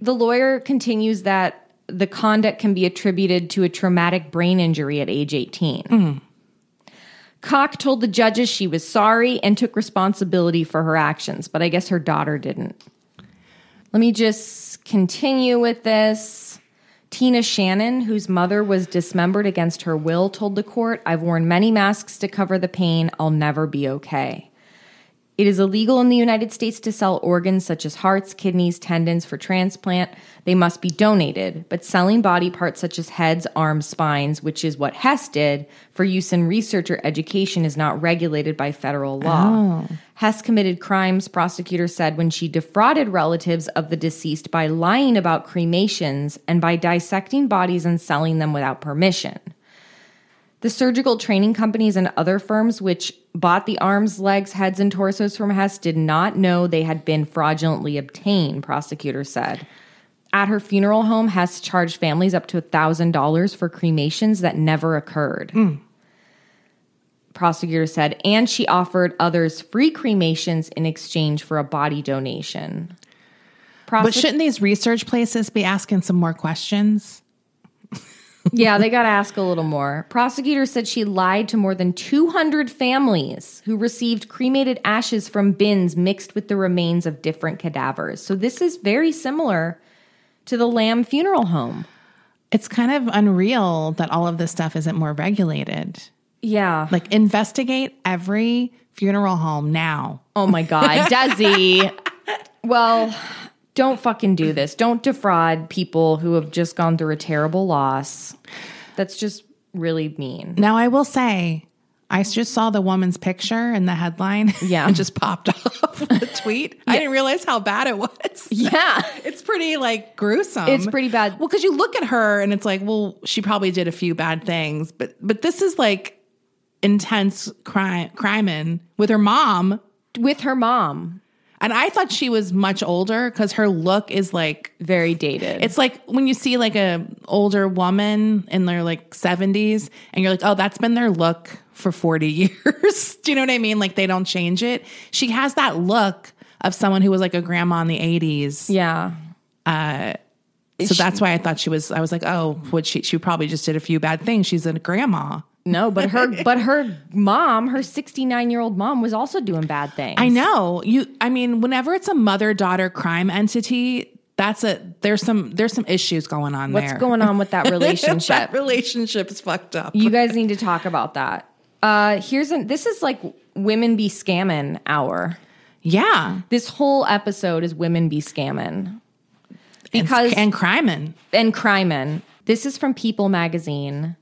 [SPEAKER 1] the lawyer continues that the conduct can be attributed to a traumatic brain injury at age 18. Cock told the judges she was sorry and took responsibility for her actions, but I guess her daughter didn't. Let me just continue with this. Tina Shannon, whose mother was dismembered against her will, told the court, I've worn many masks to cover the pain. I'll never be okay. It is illegal in the United States to sell organs such as hearts, kidneys, tendons for transplant. They must be donated, but selling body parts such as heads, arms, spines, which is what Hess did for use in research or education, is not regulated by federal law. Hess committed crimes, prosecutors said, when she defrauded relatives of the deceased by lying about cremations and by dissecting bodies and selling them without permission. The surgical training companies and other firms which bought the arms, legs, heads, and torsos from Hess did not know they had been fraudulently obtained, prosecutors said. At her funeral home, Hess charged families up to $1,000 for cremations that never occurred. Prosecutor said, and she offered others free cremations in exchange for a body donation.
[SPEAKER 2] But
[SPEAKER 1] Prosec-
[SPEAKER 2] shouldn't these research places be asking some more questions?
[SPEAKER 1] yeah, they got to ask a little more. Prosecutors said she lied to more than 200 families who received cremated ashes from bins mixed with the remains of different cadavers. So this is very similar to the Lamb funeral home.
[SPEAKER 2] It's kind of unreal that all of this stuff isn't more regulated.
[SPEAKER 1] Yeah.
[SPEAKER 2] Like, investigate every funeral home now.
[SPEAKER 1] Oh my [laughs] God, Desi. well, don't fucking do this. Don't defraud people who have just gone through a terrible loss. That's just really mean.
[SPEAKER 2] Now, I will say, I just saw the woman's picture in the headline. [laughs]
[SPEAKER 1] Yeah.
[SPEAKER 2] it just popped off the tweet. I didn't realize how bad it was.
[SPEAKER 1] Yeah.
[SPEAKER 2] It's pretty like gruesome.
[SPEAKER 1] It's pretty bad.
[SPEAKER 2] Well, because you look at her and it's like, well, she probably did a few bad things, but but this is like intense crime, crimin with her mom.
[SPEAKER 1] With her mom.
[SPEAKER 2] And I thought she was much older because her look is like
[SPEAKER 1] Very dated.
[SPEAKER 2] it's like when you see like a older woman in their like 70s and you're like, "Oh, that's been their look for 40 [laughs] years." Do you know what I mean? Like they don't change it. She has that look of someone who was like a grandma in the 80s.
[SPEAKER 1] yeah.
[SPEAKER 2] so that's why I thought she was I was like, "Oh, what she she probably just did a few bad things. She's a grandma."
[SPEAKER 1] No, but [laughs] her but her mom, her 69-year-old mom was also doing bad things.
[SPEAKER 2] I know. You I mean, whenever it's a mother-daughter crime entity, that's a there's some there's some issues going on
[SPEAKER 1] What's
[SPEAKER 2] there.
[SPEAKER 1] going on with [laughs] that relationship?
[SPEAKER 2] [laughs] That relationship's fucked up.
[SPEAKER 1] you guys need to talk about that. Uh here's an this is like women be scamming hour.
[SPEAKER 2] yeah.
[SPEAKER 1] This whole episode is women be scamming
[SPEAKER 2] Because
[SPEAKER 1] Because-
[SPEAKER 2] and, crimin.
[SPEAKER 1] and crimen. This is from People magazine.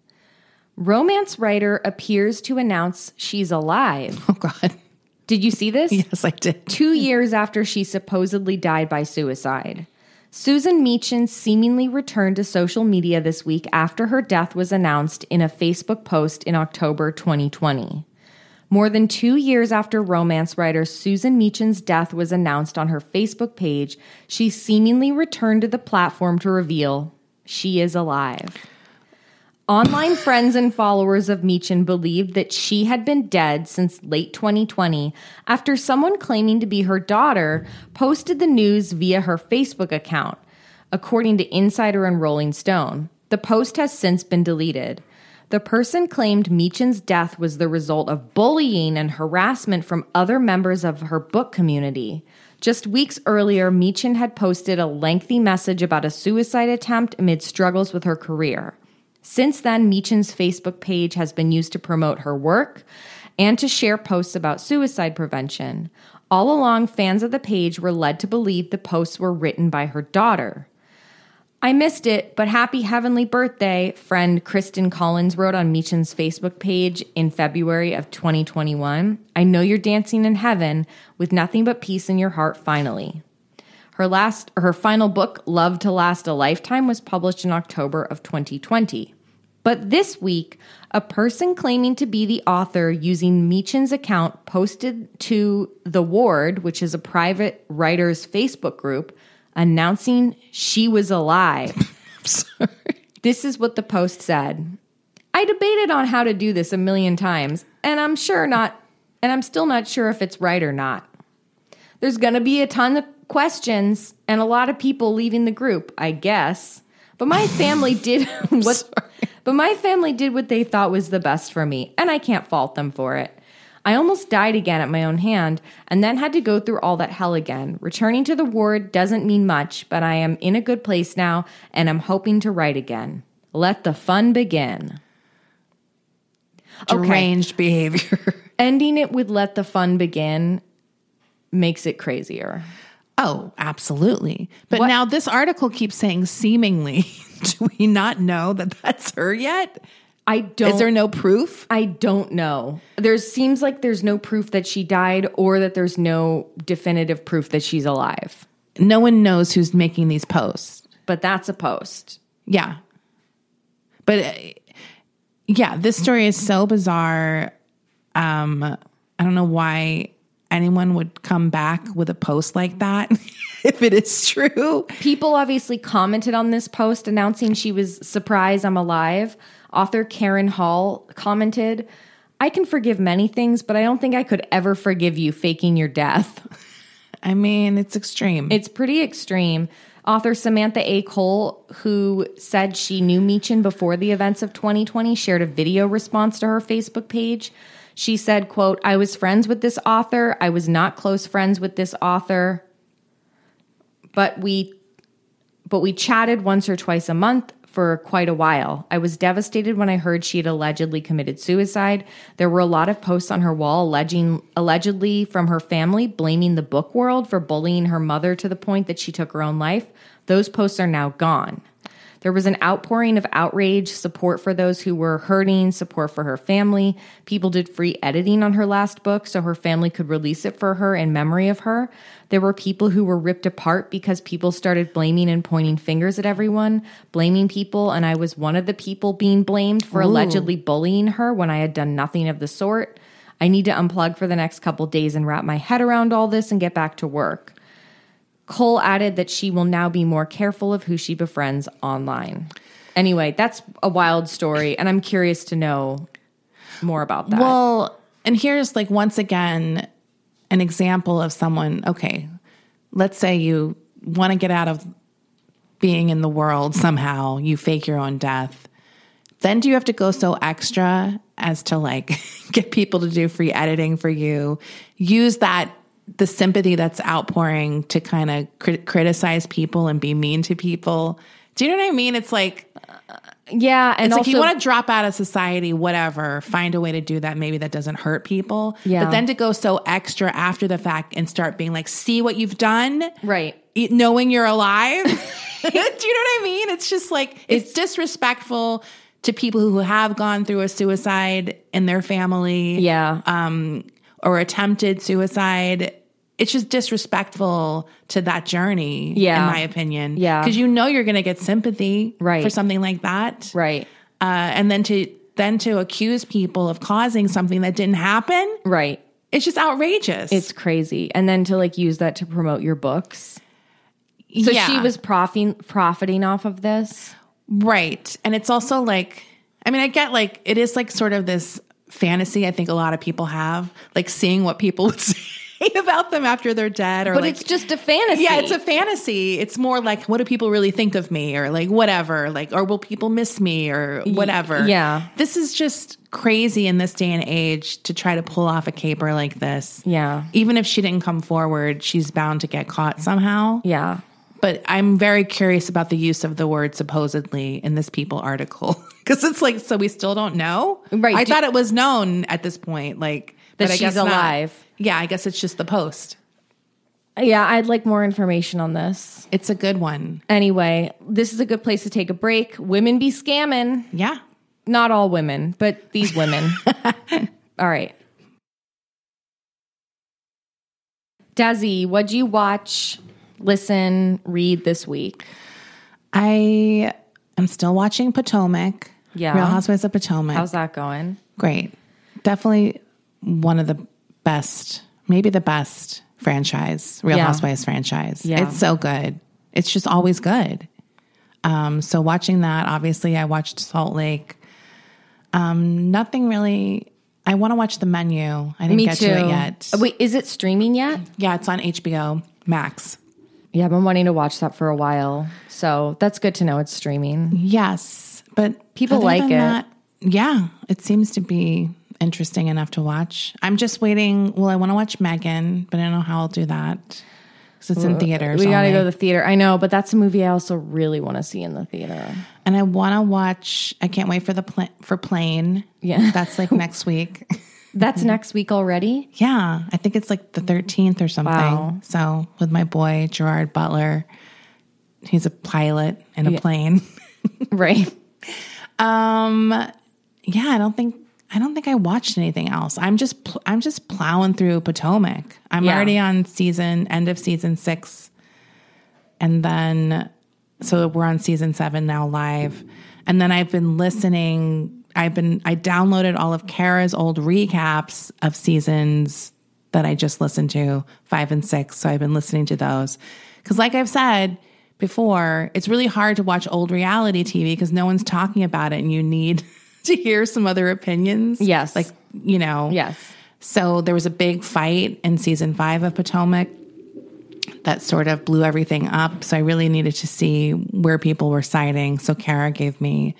[SPEAKER 1] Romance writer appears to announce she's alive.
[SPEAKER 2] [laughs] Oh God.
[SPEAKER 1] Did you see [laughs] this?
[SPEAKER 2] Yes, I did.
[SPEAKER 1] two years after she supposedly died by suicide. Susan Meechin seemingly returned to social media this week after her death was announced in a Facebook post in October 2020. More than two years after romance writer Susan Meechin's death was announced on her Facebook page, she seemingly returned to the platform to reveal she is alive. Online friends and followers of Meechin believed that she had been dead since late 2020 after someone claiming to be her daughter posted the news via her Facebook account, according to Insider and Rolling Stone. The post has since been deleted. The person claimed Meechin's death was the result of bullying and harassment from other members of her book community. Just weeks earlier, Meechin had posted a lengthy message about a suicide attempt amid struggles with her career. Since then, Meechin's Facebook page has been used to promote her work and to share posts about suicide prevention. All along, fans of the page were led to believe the posts were written by her daughter. I missed it, but happy heavenly birthday, friend Kristen Collins wrote on Meechin's Facebook page in February of 2021. I know you're dancing in heaven with nothing but peace in your heart finally. Her last her final book, Love to Last a Lifetime, was published in October of 2020. But this week, a person claiming to be the author using Meechin's account posted to The Ward, which is a private writer's Facebook group, announcing she was alive. This is what the post said. I debated on how to do this a million times, and I'm sure not, and I'm still not sure if it's right or not. There's going to be a ton of questions and a lot of people leaving the group, I guess. But my
[SPEAKER 2] [laughs]
[SPEAKER 1] family did [laughs] what But my family did what they thought was the best for me, and I can't fault them for it. I almost died again at my own hand and then had to go through all that hell again. Returning to the ward doesn't mean much, but I am in a good place now and I'm hoping to write again. Let the fun begin.
[SPEAKER 2] Deranged behavior. [laughs]
[SPEAKER 1] Ending it with let the fun begin makes it crazier.
[SPEAKER 2] Oh, absolutely. But now this article keeps saying seemingly. [laughs] Do we not know that that's her yet?
[SPEAKER 1] I don't
[SPEAKER 2] Is there no proof?
[SPEAKER 1] I don't know. There seems like there's no proof that she died or that there's no definitive proof that she's alive.
[SPEAKER 2] No one knows who's making these posts.
[SPEAKER 1] But that's a post.
[SPEAKER 2] Yeah. But uh, yeah, this story is so bizarre. Um I don't know why anyone would come back with a post like that [laughs] if it is true.
[SPEAKER 1] People obviously commented on this post announcing she was surprised I'm alive. Author Karen Hall commented, I can forgive many things, but I don't think I could ever forgive you faking your death.
[SPEAKER 2] I mean, it's extreme.
[SPEAKER 1] It's pretty extreme. Author Samantha A. Cole, who said she knew Meechin before the events of 2020, shared a video response to her Facebook page. She said, quote, I was friends with this author. I was not close friends with this author. But we but we chatted once or twice a month for quite a while. I was devastated when I heard she had allegedly committed suicide. There were a lot of posts on her wall alleging allegedly from her family blaming the book world for bullying her mother to the point that she took her own life. Those posts are now gone. There was an outpouring of outrage, support for those who were hurting, support for her family. People did free editing on her last book so her family could release it for her in memory of her. There were people who were ripped apart because people started blaming and pointing fingers at everyone, blaming people, and I was one of the people being blamed for allegedly bullying her when I had done nothing of the sort. I need to unplug for the next couple days and wrap my head around all this and get back to work. Cole added that she will now be more careful of who she befriends online. Anyway, that's a wild story, and I'm curious to know more about that.
[SPEAKER 2] Well, and here's like once again an example of someone, okay, let's say you want to get out of being in the world somehow, you fake your own death. Then do you have to go so extra as to like [laughs] get people to do free editing for you? Use that the sympathy that's outpouring to kind of crit- criticize people and be mean to people. Do you know what I mean? It's like
[SPEAKER 1] yeah, and
[SPEAKER 2] it's
[SPEAKER 1] also,
[SPEAKER 2] like you want to drop out of society, whatever. Find a way to do that. Maybe that doesn't hurt people.
[SPEAKER 1] Yeah.
[SPEAKER 2] But then to go so extra after the fact and start being like, "See what you've done,"
[SPEAKER 1] right.
[SPEAKER 2] e- knowing
[SPEAKER 1] [laughs]
[SPEAKER 2] you're alive. [laughs] do you know what I mean? It's just like it's, disrespectful to people who have gone through a suicide in their family,
[SPEAKER 1] Yeah,
[SPEAKER 2] um, or attempted suicide. It's just disrespectful to that journey,
[SPEAKER 1] Yeah.
[SPEAKER 2] in my opinion.
[SPEAKER 1] Yeah.
[SPEAKER 2] because you know you're going to get sympathy,
[SPEAKER 1] Right.
[SPEAKER 2] for something like that,
[SPEAKER 1] right,
[SPEAKER 2] uh, and then to then to accuse people of causing something that didn't happen
[SPEAKER 1] right.
[SPEAKER 2] it's just outrageous
[SPEAKER 1] It's crazy. And then to like use that to promote your books. So
[SPEAKER 2] Yeah.
[SPEAKER 1] she was profiting profiting off of this.
[SPEAKER 2] right and it's also like i mean i get like it is like sort of this fantasy i think a lot of people have like seeing what people [laughs] would say about them after they're dead or
[SPEAKER 1] But
[SPEAKER 2] like
[SPEAKER 1] it's just a fantasy.
[SPEAKER 2] yeah it's a fantasy it's more like what do people really think of me or like whatever like or will people miss me or whatever
[SPEAKER 1] yeah.
[SPEAKER 2] this is just crazy in this day and age to try to pull off a caper like this
[SPEAKER 1] Yeah.
[SPEAKER 2] even if she didn't come forward, she's bound to get caught somehow.
[SPEAKER 1] Yeah.
[SPEAKER 2] But I'm very curious about the use of the word supposedly in this People article [laughs] because it's like, so we still don't know.
[SPEAKER 1] Right.
[SPEAKER 2] I
[SPEAKER 1] Do-
[SPEAKER 2] thought it was known at this point, like
[SPEAKER 1] That
[SPEAKER 2] but I
[SPEAKER 1] she's
[SPEAKER 2] guess not.
[SPEAKER 1] alive.
[SPEAKER 2] Yeah, I guess it's just the post.
[SPEAKER 1] Yeah, I'd like more information on this.
[SPEAKER 2] It's a good one.
[SPEAKER 1] Anyway, this is a good place to take a break. Women be scamming.
[SPEAKER 2] Yeah.
[SPEAKER 1] Not all women, but these [laughs] women. all right. Dazzy, what'd you watch, listen, read this week?
[SPEAKER 2] I am still watching Potomac.
[SPEAKER 1] Yeah.
[SPEAKER 2] Real Housewives of Potomac.
[SPEAKER 1] How's that going?
[SPEAKER 2] Great. Definitely one of the best, maybe the best franchise, Real
[SPEAKER 1] Yeah.
[SPEAKER 2] Housewives franchise.
[SPEAKER 1] Yeah.
[SPEAKER 2] It's so good. It's just always good. Um, so watching that, obviously, I watched Salt Lake. Um, nothing really. I want to watch the menu. I didn't
[SPEAKER 1] Me
[SPEAKER 2] get
[SPEAKER 1] too.
[SPEAKER 2] to it yet.
[SPEAKER 1] Uh, Wait, is it streaming yet?
[SPEAKER 2] Yeah, it's on HBO Max.
[SPEAKER 1] Yeah, I've been wanting to watch that for a while. So that's good to know it's streaming.
[SPEAKER 2] Yes, but
[SPEAKER 1] People
[SPEAKER 2] other
[SPEAKER 1] like
[SPEAKER 2] than
[SPEAKER 1] it.
[SPEAKER 2] yeah, it seems to be interesting enough to watch. I'm just waiting. Well, I want to watch Megan, but I don't know how I'll do that because it's in theaters.
[SPEAKER 1] We got to
[SPEAKER 2] only.
[SPEAKER 1] go to the theater. I know, but that's a movie I also really want to see in the theater.
[SPEAKER 2] and I want to watch. I can't wait for the pla- for plane.
[SPEAKER 1] Yeah.
[SPEAKER 2] [laughs]
[SPEAKER 1] [laughs]
[SPEAKER 2] that's like next week.
[SPEAKER 1] That's next week already.
[SPEAKER 2] Yeah, I think it's like the 13th or something.
[SPEAKER 1] Wow.
[SPEAKER 2] So with my boy Gerard Butler, he's a pilot in a plane.
[SPEAKER 1] [laughs] Right.
[SPEAKER 2] yeah i don't think i don't think i watched anything else i'm just pl- i'm just plowing through potomac i'm
[SPEAKER 1] Yeah.
[SPEAKER 2] already on season end of season six and then so we're on season seven now live and then i've been listening i've been i downloaded all of kara's old recaps of seasons that i just listened to five and six so i've been listening to those because like i've said before it's really hard to watch old reality tv because no one's talking about it and you need [laughs] to hear some other opinions
[SPEAKER 1] Yes.
[SPEAKER 2] like you know
[SPEAKER 1] Yes.
[SPEAKER 2] so there was a big fight in season five of Potomac that sort of blew everything up. So I really needed to see where people were siding. So Kara gave me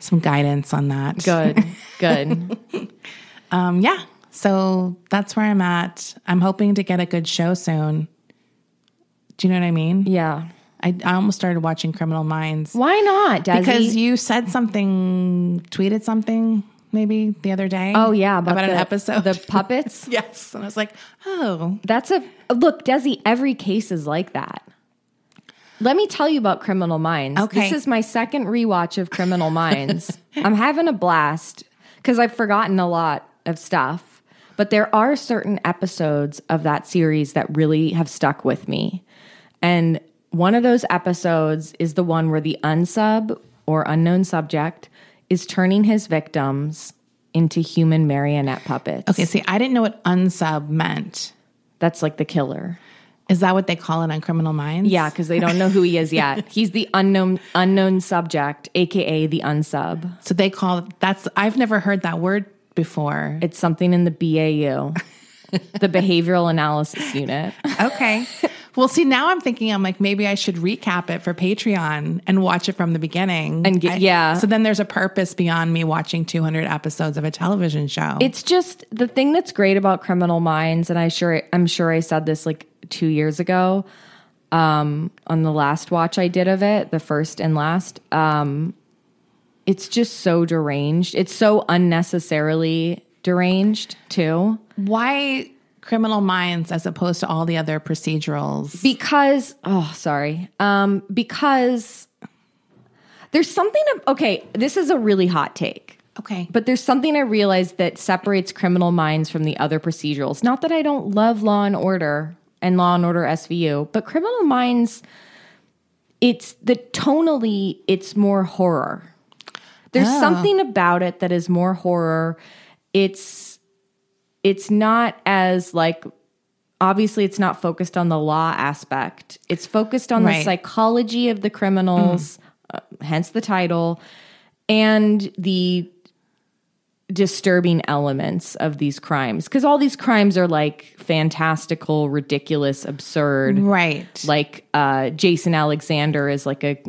[SPEAKER 2] some guidance on that.
[SPEAKER 1] Good. [laughs] Good.
[SPEAKER 2] Um, yeah. So that's where I'm at. I'm hoping to get a good show soon. Do you know what I mean?
[SPEAKER 1] Yeah.
[SPEAKER 2] I, I almost started watching Criminal Minds
[SPEAKER 1] Why not, Dazzy?
[SPEAKER 2] because you said something, tweeted something maybe the other day.
[SPEAKER 1] oh yeah,
[SPEAKER 2] about, an
[SPEAKER 1] the-
[SPEAKER 2] episode.
[SPEAKER 1] The
[SPEAKER 2] [laughs]
[SPEAKER 1] puppets.
[SPEAKER 2] yes, and I was like, oh,
[SPEAKER 1] That's a look, Desi. Every case is like that. Let me tell you about Criminal Minds.
[SPEAKER 2] Okay.
[SPEAKER 1] This is my second rewatch of Criminal
[SPEAKER 2] [laughs]
[SPEAKER 1] Minds. I'm having a blast because I've forgotten a lot of stuff, but there are certain episodes of that series that really have stuck with me. And one of those episodes is the one where the unsub or unknown subject is turning his victims into human marionette puppets.
[SPEAKER 2] Okay, see, I didn't know what unsub meant.
[SPEAKER 1] That's like the killer.
[SPEAKER 2] Is that what they call it on Criminal Minds?
[SPEAKER 1] Yeah, because they don't know who [laughs] he is yet. He's the unknown unknown subject, aka the unsub.
[SPEAKER 2] So they call it, that's, I've never heard that word before.
[SPEAKER 1] It's something in the BAU, [laughs] the behavioral analysis unit.
[SPEAKER 2] Okay. [laughs] well, see, now I'm thinking, I'm like, maybe I should recap it for Patreon and watch it from the beginning.
[SPEAKER 1] And get-
[SPEAKER 2] I-
[SPEAKER 1] yeah.
[SPEAKER 2] So then there's a purpose beyond me watching 200 episodes of a television show.
[SPEAKER 1] It's just the thing that's great about Criminal Minds, and I sure I'm sure I said this like two years ago um, on the last watch I did of it, the first and last. Um, it's just so deranged. It's so unnecessarily deranged too.
[SPEAKER 2] Why Criminal Minds as opposed to all the other procedurals?
[SPEAKER 1] because oh sorry um because there's something ab- okay this is a really hot take
[SPEAKER 2] Okay.
[SPEAKER 1] but there's something i realized that separates criminal minds from the other procedurals not that i don't love law and order and law and order svu but criminal minds it's the tonally it's more horror there's
[SPEAKER 2] Oh.
[SPEAKER 1] something about it that is more horror it's it's not as like obviously it's not focused on the law aspect it's focused on the
[SPEAKER 2] Right.
[SPEAKER 1] psychology of the criminals uh, hence the title and the disturbing elements of these crimes because all these crimes are like fantastical ridiculous absurd
[SPEAKER 2] Mm-hmm. Right.
[SPEAKER 1] like uh, Jason Alexander is like a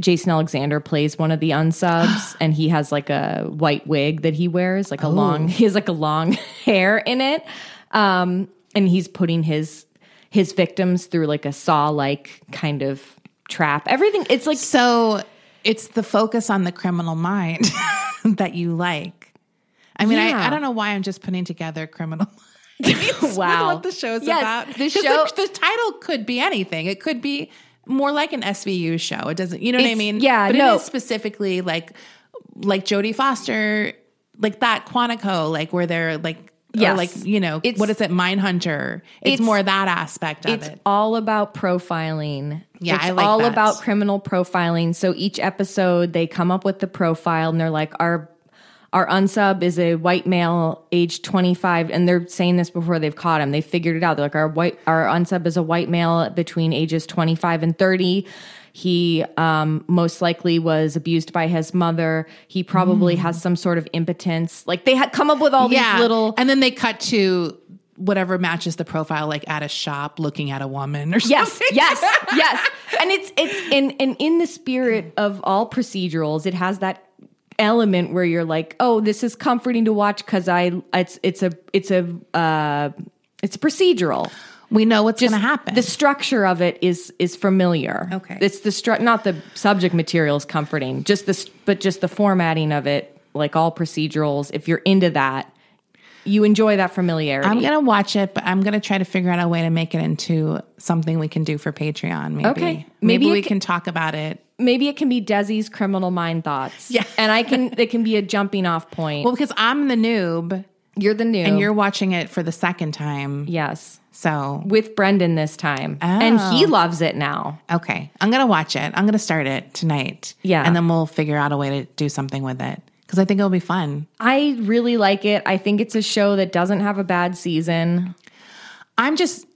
[SPEAKER 1] Jason Alexander plays one of the unsubs
[SPEAKER 2] [gasps]
[SPEAKER 1] and he has like a white wig that he wears
[SPEAKER 2] Oh.
[SPEAKER 1] like a long [laughs] he has like a long hair in it um and he's putting his his victims through like a saw like kind of trap everything it's like
[SPEAKER 2] So it's the focus on the criminal mind [laughs] that you like. I mean, I,
[SPEAKER 1] Yeah.
[SPEAKER 2] I don't know why I'm just putting together criminal.
[SPEAKER 1] [laughs] Wow.
[SPEAKER 2] what the show's
[SPEAKER 1] Yes,
[SPEAKER 2] about.
[SPEAKER 1] the
[SPEAKER 2] 'Cause the
[SPEAKER 1] show-
[SPEAKER 2] the, title could be anything. It could be more like an SVU show. It doesn't, you know what I
[SPEAKER 1] It's-
[SPEAKER 2] mean?
[SPEAKER 1] yeah,
[SPEAKER 2] but
[SPEAKER 1] no.
[SPEAKER 2] it is specifically like like Jodie Foster, like that Quantico, like where they're like, yeah,
[SPEAKER 1] Yes.
[SPEAKER 2] like you know,
[SPEAKER 1] It's-
[SPEAKER 2] what is it, Mindhunter? It's,
[SPEAKER 1] It's-
[SPEAKER 2] more that aspect of
[SPEAKER 1] it's
[SPEAKER 2] it.
[SPEAKER 1] all about profiling.
[SPEAKER 2] Yeah,
[SPEAKER 1] it's
[SPEAKER 2] I like
[SPEAKER 1] all
[SPEAKER 2] that.
[SPEAKER 1] about criminal profiling. So each episode, they come up with the profile, and they're like, our our unsub is a white male, age twenty five, and they're saying this before they've caught him. They figured it out. They're like, our white our unsub is a white male between ages twenty five and thirty. He um, most likely was abused by his mother. He
[SPEAKER 2] Mm.
[SPEAKER 1] probably has some sort of impotence. Like they had come up with all these little
[SPEAKER 2] and then they cut to whatever matches the profile like at a shop looking at a woman or
[SPEAKER 1] Yes,
[SPEAKER 2] something
[SPEAKER 1] yes,
[SPEAKER 2] [laughs]
[SPEAKER 1] yes. And it's it's in and in the spirit of all procedurals, it has that element where you're like, oh, this is comforting to watch because I it's it's a it's a uh, it's a procedural.
[SPEAKER 2] we know what's going to happen
[SPEAKER 1] The structure of it is is familiar.
[SPEAKER 2] Okay.
[SPEAKER 1] it's the stru- not the subject material is comforting, just this, but just the formatting of it. Like all procedurals, if you're into that, you enjoy that familiarity.
[SPEAKER 2] i'm going to watch it but i'm going to try to figure out a way to make it into something we can do for patreon maybe
[SPEAKER 1] Okay.
[SPEAKER 2] maybe,
[SPEAKER 1] Maybe it
[SPEAKER 2] we
[SPEAKER 1] ca-
[SPEAKER 2] can talk about it
[SPEAKER 1] maybe it can be Desi's criminal mind thoughts.
[SPEAKER 2] Yeah.
[SPEAKER 1] And I can it can be a jumping off point.
[SPEAKER 2] well because i'm the noob
[SPEAKER 1] you're the new
[SPEAKER 2] and you're watching it for the second time
[SPEAKER 1] yes.
[SPEAKER 2] so
[SPEAKER 1] With Brendan this time. And
[SPEAKER 2] Oh.
[SPEAKER 1] he loves it now.
[SPEAKER 2] okay i'm going to watch it i'm going to start it tonight
[SPEAKER 1] Yeah.
[SPEAKER 2] and then we'll figure out a way to do something with it because i think it'll be fun
[SPEAKER 1] I really like it. I think it's a show that doesn't have a bad season.
[SPEAKER 2] I'm just,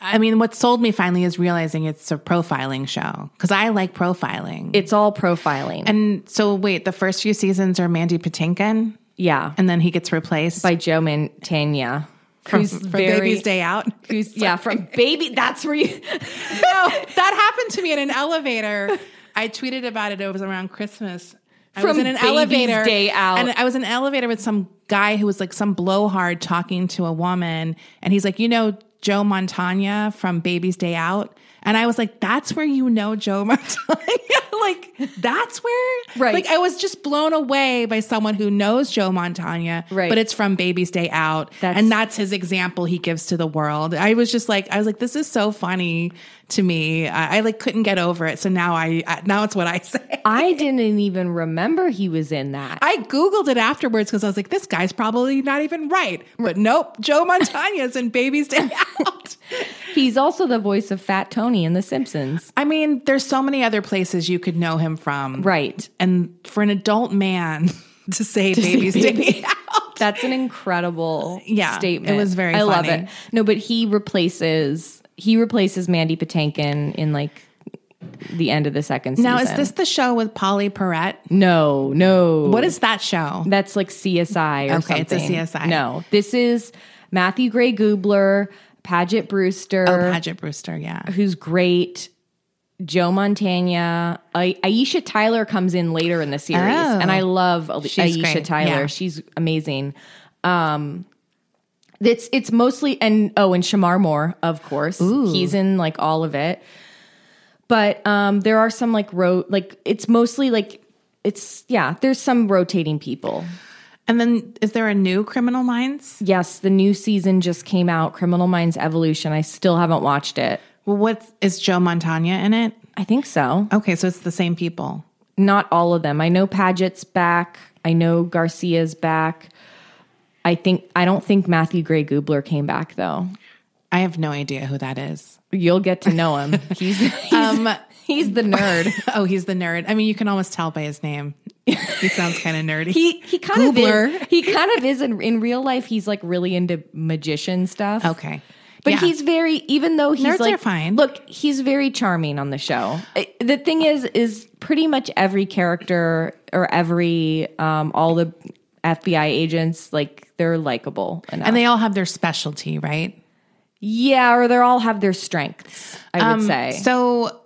[SPEAKER 2] I mean, what sold me finally is realizing it's a profiling show because I like profiling.
[SPEAKER 1] It's all profiling.
[SPEAKER 2] and so, wait, the first few seasons are Mandy Patinkin,
[SPEAKER 1] yeah.
[SPEAKER 2] and then he gets replaced
[SPEAKER 1] by Joe Mantegna.
[SPEAKER 2] from,
[SPEAKER 1] Who's
[SPEAKER 2] from
[SPEAKER 1] very
[SPEAKER 2] Baby's Day
[SPEAKER 1] [laughs]
[SPEAKER 2] Out.
[SPEAKER 1] who's yeah, from baby that's where you [laughs]
[SPEAKER 2] no, that happened to me in an elevator. I tweeted about it. It was around Christmas. I was
[SPEAKER 1] From
[SPEAKER 2] in an
[SPEAKER 1] Baby's
[SPEAKER 2] elevator
[SPEAKER 1] Day Out.
[SPEAKER 2] and I was in an elevator with some guy who was like some blowhard talking to a woman, and he's like, you know, Joe Montagna from Baby's Day Out, and I was like, that's where you know Joe [laughs] Montagna, like that's where,
[SPEAKER 1] Right.
[SPEAKER 2] Like I was just blown away by someone who knows Joe Montagna,
[SPEAKER 1] Right.
[SPEAKER 2] But it's from Baby's Day Out,
[SPEAKER 1] That's-
[SPEAKER 2] and that's his example he gives to the world. I was just like, I was like, this is so funny to me. I, I like couldn't get over it. So now I, I now it's what I [laughs] say.
[SPEAKER 1] I didn't even remember he was in that.
[SPEAKER 2] I googled it afterwards because I was like, this guy's probably not even right. But nope, Joe Montagna's in Baby's [laughs] Day Out.
[SPEAKER 1] He's also the voice of Fat Tony in The Simpsons.
[SPEAKER 2] I mean, there's so many other places you could know him from,
[SPEAKER 1] Right.
[SPEAKER 2] And for an adult man, [laughs] to say babies baby. out.
[SPEAKER 1] That's an incredible
[SPEAKER 2] [laughs] Yeah, it
[SPEAKER 1] statement.
[SPEAKER 2] was very
[SPEAKER 1] I love
[SPEAKER 2] funny.
[SPEAKER 1] it. No, but he replaces he replaces Mandy Patinkin in like the end of the second season.
[SPEAKER 2] Now, is this the show with Polly Perrette?
[SPEAKER 1] no, no.
[SPEAKER 2] What is that show?
[SPEAKER 1] that's like CSI or
[SPEAKER 2] Okay,
[SPEAKER 1] something.
[SPEAKER 2] it's a CSI.
[SPEAKER 1] No. This is Matthew Gray Goobler, Paget Brewster,
[SPEAKER 2] Oh, Padgett Brewster, yeah.
[SPEAKER 1] who's great. Joe Montana, I- Aisha Tyler comes in later in the series,
[SPEAKER 2] Oh.
[SPEAKER 1] and I love Ali-
[SPEAKER 2] She's
[SPEAKER 1] Aisha
[SPEAKER 2] great,
[SPEAKER 1] Tyler.
[SPEAKER 2] yeah.
[SPEAKER 1] She's amazing. Um, it's it's mostly and oh, and Shamar Moore, of course, he's in like all of it. But um, there are some like ro like it's mostly like it's yeah. There's some rotating people.
[SPEAKER 2] And then is there a new Criminal Minds?
[SPEAKER 1] Yes, the new season just came out, Criminal Minds Evolution. I still haven't watched it.
[SPEAKER 2] Well, what is Joe Montana in it?
[SPEAKER 1] I think so.
[SPEAKER 2] Okay, so it's the same people.
[SPEAKER 1] not all of them. I know Paget's back. I know Garcia's back. I think I don't think Matthew Gray Goobler came back though.
[SPEAKER 2] I have no idea who that is. Um,
[SPEAKER 1] You'll get to know
[SPEAKER 2] [laughs]
[SPEAKER 1] him. He's he's, he's the nerd.
[SPEAKER 2] Oh, he's the nerd. I mean, you can almost tell by his name. He sounds kind of nerdy.
[SPEAKER 1] He he kind of
[SPEAKER 2] Goobler.
[SPEAKER 1] is, he kind of is in, in real life. He's like really into magician stuff.
[SPEAKER 2] okay,
[SPEAKER 1] But
[SPEAKER 2] Yeah.
[SPEAKER 1] he's very, even though he's
[SPEAKER 2] Nerds are
[SPEAKER 1] like,
[SPEAKER 2] fine.
[SPEAKER 1] look, he's very charming on the show. I- The thing is, is pretty much every character or every, um, all the FBI agents, like they're likable enough.
[SPEAKER 2] and they all have their specialty, right?
[SPEAKER 1] yeah, or they all have their strengths, I would say.
[SPEAKER 2] Um, So,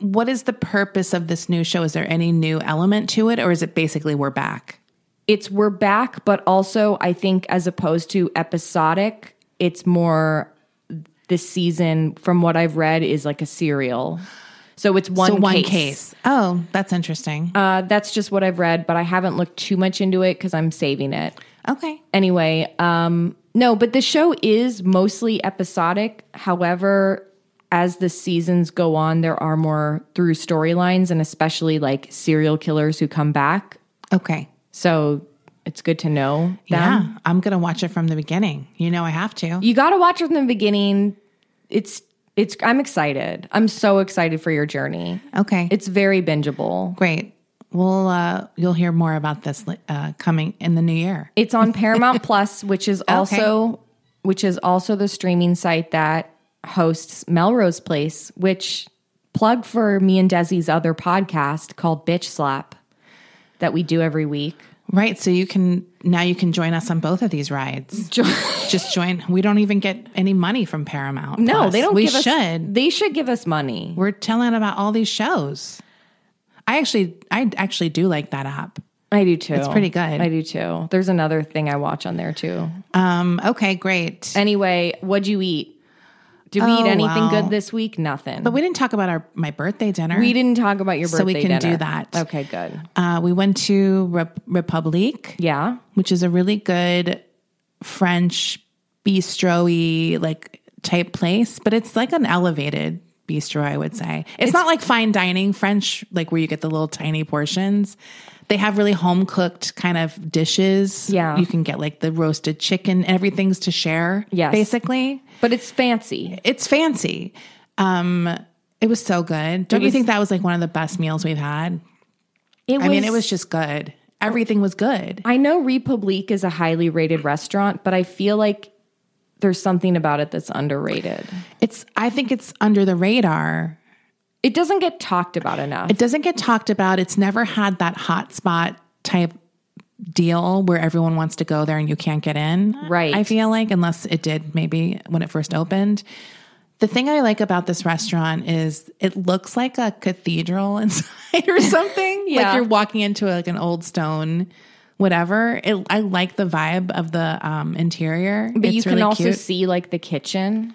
[SPEAKER 2] what is the purpose of this new show? Is there any new element to it, or is it basically we're back?
[SPEAKER 1] it's we're back, but also I think as opposed to episodic, it's more this season, from what I've read, is like a serial. So it's one
[SPEAKER 2] So one
[SPEAKER 1] case.
[SPEAKER 2] case. Oh, that's interesting.
[SPEAKER 1] Uh, that's just what I've read, but I haven't looked too much into it because I'm saving it.
[SPEAKER 2] okay.
[SPEAKER 1] Anyway, um, no, but the show is mostly episodic. However, as the seasons go on, there are more through storylines and especially like serial killers who come back.
[SPEAKER 2] Okay.
[SPEAKER 1] So it's good to know them.
[SPEAKER 2] Yeah, I'm gonna watch it from the beginning. You know, I have to.
[SPEAKER 1] You got to watch it from the beginning. It's it's. I'm excited. I'm so excited for your journey.
[SPEAKER 2] Okay.
[SPEAKER 1] It's very bingeable.
[SPEAKER 2] Great. We'll uh, you'll hear more about this uh, coming in the new year.
[SPEAKER 1] It's on
[SPEAKER 2] [laughs]
[SPEAKER 1] Paramount Plus, which is also which is also the streaming site that hosts Melrose Place, which plug for me and Desi's other podcast called Bitch Slap that we do every week.
[SPEAKER 2] Right. So you can now you can join us on both of these rides. Just join. We don't even get any money from Paramount.
[SPEAKER 1] No,
[SPEAKER 2] Plus.
[SPEAKER 1] they don't
[SPEAKER 2] We
[SPEAKER 1] give us
[SPEAKER 2] should.
[SPEAKER 1] they should give us money.
[SPEAKER 2] We're telling about all these shows. I actually, I actually do like that app.
[SPEAKER 1] I do too. It's
[SPEAKER 2] pretty good.
[SPEAKER 1] I do too. There's another thing I watch on there too.
[SPEAKER 2] Um. Okay. Great.
[SPEAKER 1] Anyway, what'd you eat? Did we
[SPEAKER 2] Oh,
[SPEAKER 1] eat anything
[SPEAKER 2] wow.
[SPEAKER 1] good this week? Nothing. But
[SPEAKER 2] we didn't talk about our my birthday dinner.
[SPEAKER 1] we didn't talk about your birthday.
[SPEAKER 2] we can do
[SPEAKER 1] dinner.
[SPEAKER 2] that.
[SPEAKER 1] Okay, good.
[SPEAKER 2] Uh, we went to Rep- Republique,
[SPEAKER 1] Yeah.
[SPEAKER 2] which is a really good French bistro-y like type place, but it's like an elevated bistro, I would say. It's, not like fine dining French, like where you get the little tiny portions. They have really home cooked kind of dishes.
[SPEAKER 1] Yeah.
[SPEAKER 2] You can get like the roasted chicken, everything's to share.
[SPEAKER 1] Yes.
[SPEAKER 2] Basically.
[SPEAKER 1] But it's fancy.
[SPEAKER 2] It's fancy. Um it was so good. Don't you think that was like one of the best meals we've had?
[SPEAKER 1] It
[SPEAKER 2] I mean, it was just good. Everything was good.
[SPEAKER 1] I know Republique is a highly rated restaurant, but I feel like there's something about it that's underrated.
[SPEAKER 2] It's I think it's under the radar.
[SPEAKER 1] It doesn't get talked about enough.
[SPEAKER 2] It doesn't get talked about. It's never had that hotspot type deal where everyone wants to go there and you can't get in.
[SPEAKER 1] Right.
[SPEAKER 2] I feel like unless it did maybe when it first opened. The thing I like about this restaurant is it looks like a cathedral [laughs] inside or something.
[SPEAKER 1] Yeah.
[SPEAKER 2] Like you're walking into like an old stone whatever. It, I like the vibe of the um, interior.
[SPEAKER 1] but you
[SPEAKER 2] It's
[SPEAKER 1] can
[SPEAKER 2] really
[SPEAKER 1] also
[SPEAKER 2] cute. Uh.
[SPEAKER 1] see like the kitchen.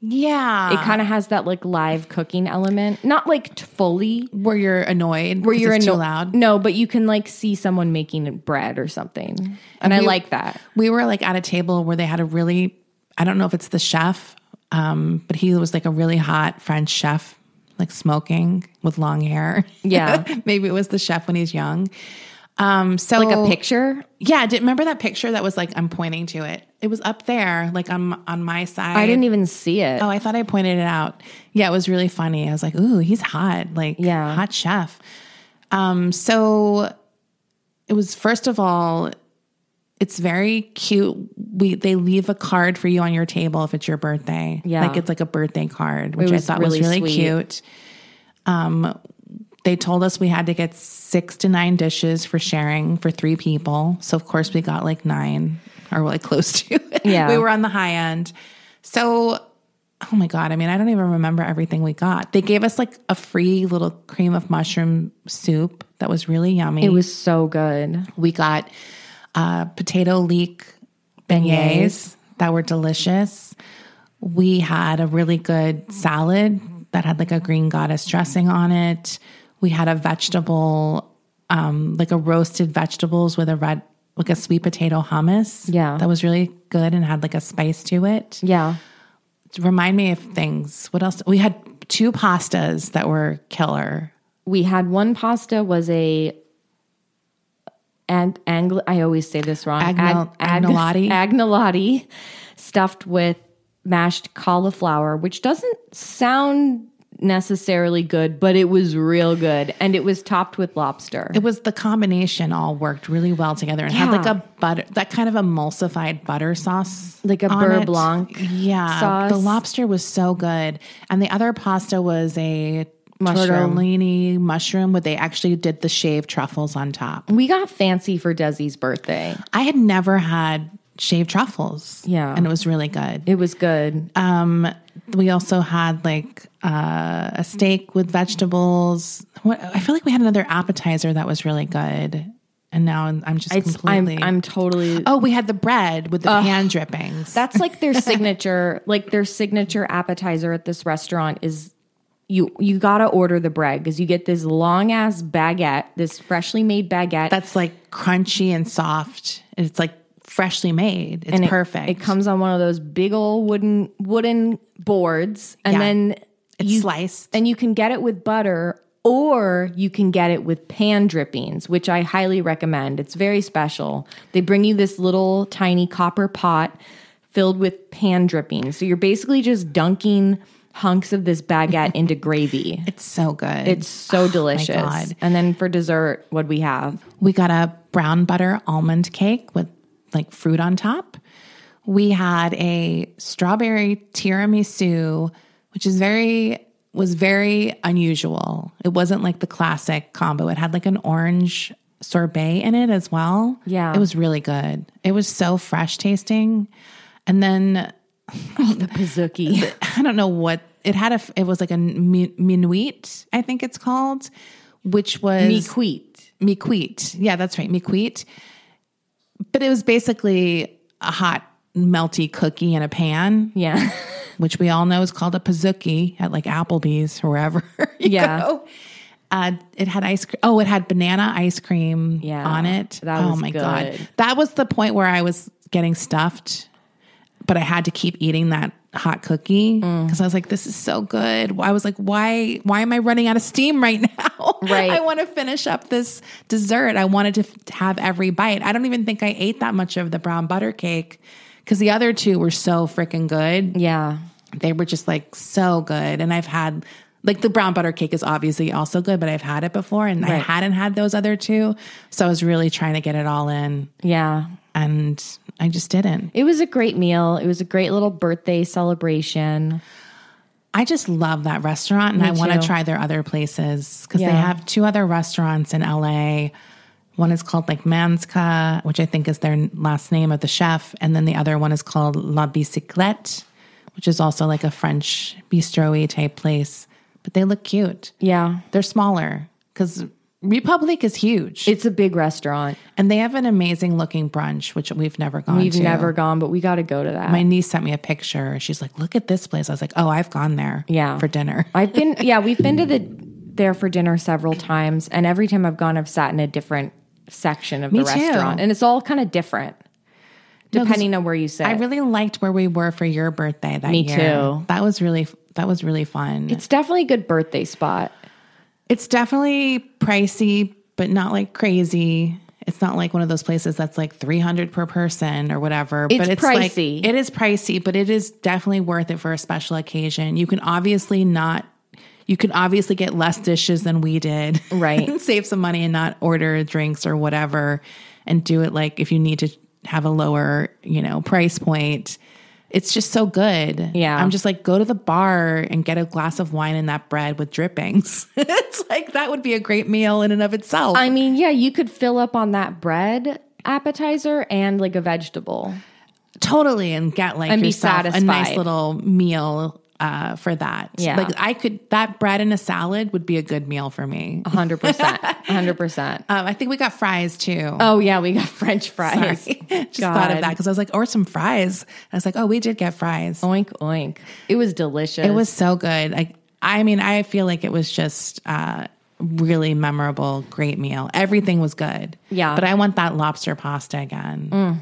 [SPEAKER 2] yeah.
[SPEAKER 1] It kind of has that like live cooking element. Not like t- fully
[SPEAKER 2] where you're annoyed
[SPEAKER 1] where you're
[SPEAKER 2] it's
[SPEAKER 1] anno-
[SPEAKER 2] too loud.
[SPEAKER 1] No, but you can like see someone making bread or something. And, I
[SPEAKER 2] we-
[SPEAKER 1] like that.
[SPEAKER 2] We were like at a table where they had a really I don't know if it's the chef, um, but he was like a really hot French chef, like smoking with long hair.
[SPEAKER 1] Yeah.
[SPEAKER 2] [laughs] Maybe it was the chef when he's young. Um so
[SPEAKER 1] Like a picture.
[SPEAKER 2] Yeah, did remember that picture that was like I'm pointing to it. It was up there, like on on my side.
[SPEAKER 1] I didn't even see it.
[SPEAKER 2] Oh, I thought I pointed it out. Yeah, it was really funny. I was like, ooh, he's hot, like
[SPEAKER 1] Yeah.
[SPEAKER 2] hot chef. Um, so it was first of all it's very cute we they leave a card for you on your table if it's your birthday
[SPEAKER 1] Yeah.
[SPEAKER 2] like it's like a birthday card which i
[SPEAKER 1] was
[SPEAKER 2] thought
[SPEAKER 1] really
[SPEAKER 2] was really
[SPEAKER 1] sweet.
[SPEAKER 2] cute um they told us we had to get six to nine dishes for sharing for three people so of course we got like nine or like [laughs] close to it
[SPEAKER 1] Yeah.
[SPEAKER 2] we were on the high end so oh my god i mean i don't even remember everything we got they gave us like a free little cream of mushroom soup that was really yummy
[SPEAKER 1] It was so good.
[SPEAKER 2] we got uh, potato leek beignets, that were delicious. We had a really good salad that had like a green goddess dressing on it. We had a vegetable, um, like a roasted vegetables with a red, like a sweet potato hummus.
[SPEAKER 1] Yeah.
[SPEAKER 2] That was really good and had like a spice to it.
[SPEAKER 1] Yeah.
[SPEAKER 2] Remind me of things. What else? We had two pastas that were killer.
[SPEAKER 1] We had one pasta was a and angl I always say this wrong.
[SPEAKER 2] Agnel-
[SPEAKER 1] [laughs]
[SPEAKER 2] agnolotti?
[SPEAKER 1] Agnolotti stuffed with mashed cauliflower, which doesn't sound necessarily good, but it was real good and it was topped with lobster.
[SPEAKER 2] It was the combination all worked really well together and had
[SPEAKER 1] Yeah.
[SPEAKER 2] like a butter, that kind of emulsified butter sauce.
[SPEAKER 1] Like a
[SPEAKER 2] on
[SPEAKER 1] beurre
[SPEAKER 2] it.
[SPEAKER 1] blanc
[SPEAKER 2] Yeah.
[SPEAKER 1] sauce.
[SPEAKER 2] The lobster was so good. And the other pasta was a
[SPEAKER 1] Mushroom.
[SPEAKER 2] tortellini mushroom where they actually did the shaved truffles on top.
[SPEAKER 1] we got fancy for Desi's birthday.
[SPEAKER 2] I had never had shaved truffles.
[SPEAKER 1] Yeah.
[SPEAKER 2] And it was really good.
[SPEAKER 1] It was good.
[SPEAKER 2] Um, we also had like uh, a steak with vegetables. What, I feel like we had another appetizer that was really good. And now I'm just
[SPEAKER 1] It's,
[SPEAKER 2] completely.
[SPEAKER 1] I'm I'm totally
[SPEAKER 2] Oh, we had the bread with the pan drippings.
[SPEAKER 1] That's like [laughs] their signature, like their signature appetizer at this restaurant is you you gotta order the bread because you get this long ass baguette, this freshly made baguette.
[SPEAKER 2] that's like crunchy and soft. and It's like freshly made. It's
[SPEAKER 1] and it-
[SPEAKER 2] perfect.
[SPEAKER 1] It, comes on one of those big old wooden wooden boards, and
[SPEAKER 2] Yeah.
[SPEAKER 1] then
[SPEAKER 2] it's
[SPEAKER 1] you
[SPEAKER 2] sliced.
[SPEAKER 1] and you can get it with butter or you can get it with pan drippings, which I highly recommend. It's very special. They bring you this little tiny copper pot filled with pan drippings. So you're basically just dunking hunks of this baguette into gravy.
[SPEAKER 2] It's so good.
[SPEAKER 1] It's so delicious.
[SPEAKER 2] God.
[SPEAKER 1] And then for dessert, what we have?
[SPEAKER 2] we got a brown butter almond cake with like fruit on top. We had a strawberry tiramisu, which is very was very unusual. It wasn't like the classic combo. It had like an orange sorbet in it as well.
[SPEAKER 1] Yeah.
[SPEAKER 2] It was really good. It was so fresh tasting. And then
[SPEAKER 1] The pizookie.
[SPEAKER 2] I don't know what it had. A it was like a mi- minuit, I think it's called, which [laughs] was
[SPEAKER 1] Mequite.
[SPEAKER 2] miquit. Yeah, that's right, miquit. But it was basically a hot melty cookie in a pan,
[SPEAKER 1] Yeah. [laughs]
[SPEAKER 2] [laughs] which we all know is called a pizookie at like Applebee's or wherever. [laughs] you
[SPEAKER 1] Yeah.
[SPEAKER 2] go. Uh, it had ice cream. Oh, it had banana ice cream
[SPEAKER 1] Yeah,
[SPEAKER 2] on it.
[SPEAKER 1] that
[SPEAKER 2] oh
[SPEAKER 1] was
[SPEAKER 2] my
[SPEAKER 1] good.
[SPEAKER 2] god, that was the point where I was getting stuffed, but I had to keep eating that hot cookie
[SPEAKER 1] Mm.
[SPEAKER 2] because I was like, "This is so good." I was like, "Why? Why am I running out of steam right [laughs] now?"
[SPEAKER 1] Right.
[SPEAKER 2] I want to finish up this dessert. I wanted to f- have every bite. I don't even think I ate that much of the brown butter cake because the other two were so freaking good
[SPEAKER 1] yeah.
[SPEAKER 2] they were just like so good and i've had like the brown butter cake is obviously also good but i've had it before and i
[SPEAKER 1] Right.
[SPEAKER 2] hadn't had those other two so i was really trying to get it all in
[SPEAKER 1] Yeah.
[SPEAKER 2] and i just didn't
[SPEAKER 1] It was a great meal. It was a great little birthday celebration.
[SPEAKER 2] i just love that restaurant and i want to
[SPEAKER 1] too.
[SPEAKER 2] try their other places because they
[SPEAKER 1] Yeah.
[SPEAKER 2] have two other restaurants in la one is called like manska which i think is their last name of the chef and then the other one is called la bicyclette which is also like a french bistro type place but they look cute
[SPEAKER 1] Yeah.
[SPEAKER 2] They're smaller because Republic is huge,
[SPEAKER 1] It's a big restaurant.
[SPEAKER 2] and they have an amazing looking brunch, which we've never gone
[SPEAKER 1] We've
[SPEAKER 2] to.
[SPEAKER 1] never gone, but we got to go to that.
[SPEAKER 2] My niece sent me a picture. She's like, "Look at this place." I was like, "Oh, I've gone there,
[SPEAKER 1] Yeah.
[SPEAKER 2] for dinner."
[SPEAKER 1] I've been, yeah, we've been to the there for dinner several times, and every time I've gone, I've sat in a different section of
[SPEAKER 2] Me
[SPEAKER 1] the
[SPEAKER 2] too.
[SPEAKER 1] restaurant, and it's all kind of different depending on where you sit.
[SPEAKER 2] I really liked where we were for your birthday that
[SPEAKER 1] Me
[SPEAKER 2] year.
[SPEAKER 1] too.
[SPEAKER 2] That was really that was really fun. It's,
[SPEAKER 1] it's definitely a good birthday spot.
[SPEAKER 2] definitely pricey, but not like crazy. It's not like one of those places that's like three hundred per person or whatever. but
[SPEAKER 1] It's
[SPEAKER 2] it's
[SPEAKER 1] pricey.
[SPEAKER 2] Like, it is pricey, but it is definitely worth it for a special occasion. You can obviously not. You can obviously get less dishes than we did.
[SPEAKER 1] Right.
[SPEAKER 2] and [laughs] save some money and not order drinks or whatever and do it like if you need to have a lower, you know, price point. It's just so good.
[SPEAKER 1] Yeah.
[SPEAKER 2] I'm just like, go to the bar and get a glass of wine and that bread with drippings. [laughs] it's like that would be a great meal in and of itself.
[SPEAKER 1] I mean, yeah, you could fill up on that bread appetizer and like a vegetable.
[SPEAKER 2] totally and get like
[SPEAKER 1] And be
[SPEAKER 2] yourself a nice
[SPEAKER 1] satisfied.
[SPEAKER 2] little meal uh, for that.
[SPEAKER 1] Yeah.
[SPEAKER 2] Like I could that bread and a salad would be a good meal for me.
[SPEAKER 1] 100%.
[SPEAKER 2] [laughs]
[SPEAKER 1] 100%.
[SPEAKER 2] Um, I think we got fries too. [laughs]
[SPEAKER 1] Oh, yeah, we got french
[SPEAKER 2] Sorry.
[SPEAKER 1] fries.
[SPEAKER 2] Just thought of
[SPEAKER 1] God.
[SPEAKER 2] that because I was like, or some fries. I was like, oh, we did get fries.
[SPEAKER 1] Oink, oink. It was delicious.
[SPEAKER 2] It was so good. Like, I mean, I feel like it was just uh, really memorable, great meal. Everything was good.
[SPEAKER 1] Yeah. Mm.
[SPEAKER 2] But I want that lobster pasta again.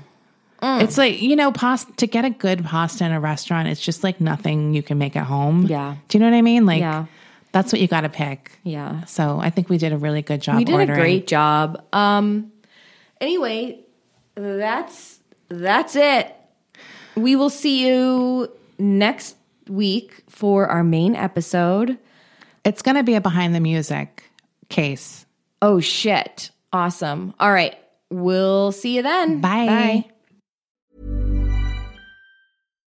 [SPEAKER 2] It's like, you know, pasta, to get a good pasta in a restaurant, it's just like nothing you can make at home.
[SPEAKER 1] Yeah.
[SPEAKER 2] Do you know what I mean? Like,
[SPEAKER 1] Yeah.
[SPEAKER 2] that's what you got to pick.
[SPEAKER 1] Yeah.
[SPEAKER 2] So I think we did a really good job
[SPEAKER 1] We did
[SPEAKER 2] ordering.
[SPEAKER 1] a great job. Um anyway, that's that's it. We will see you next week for our main episode.
[SPEAKER 2] It's going to be a behind the music case.
[SPEAKER 1] Oh shit. Awesome. All right. We'll see you then.
[SPEAKER 2] Bye.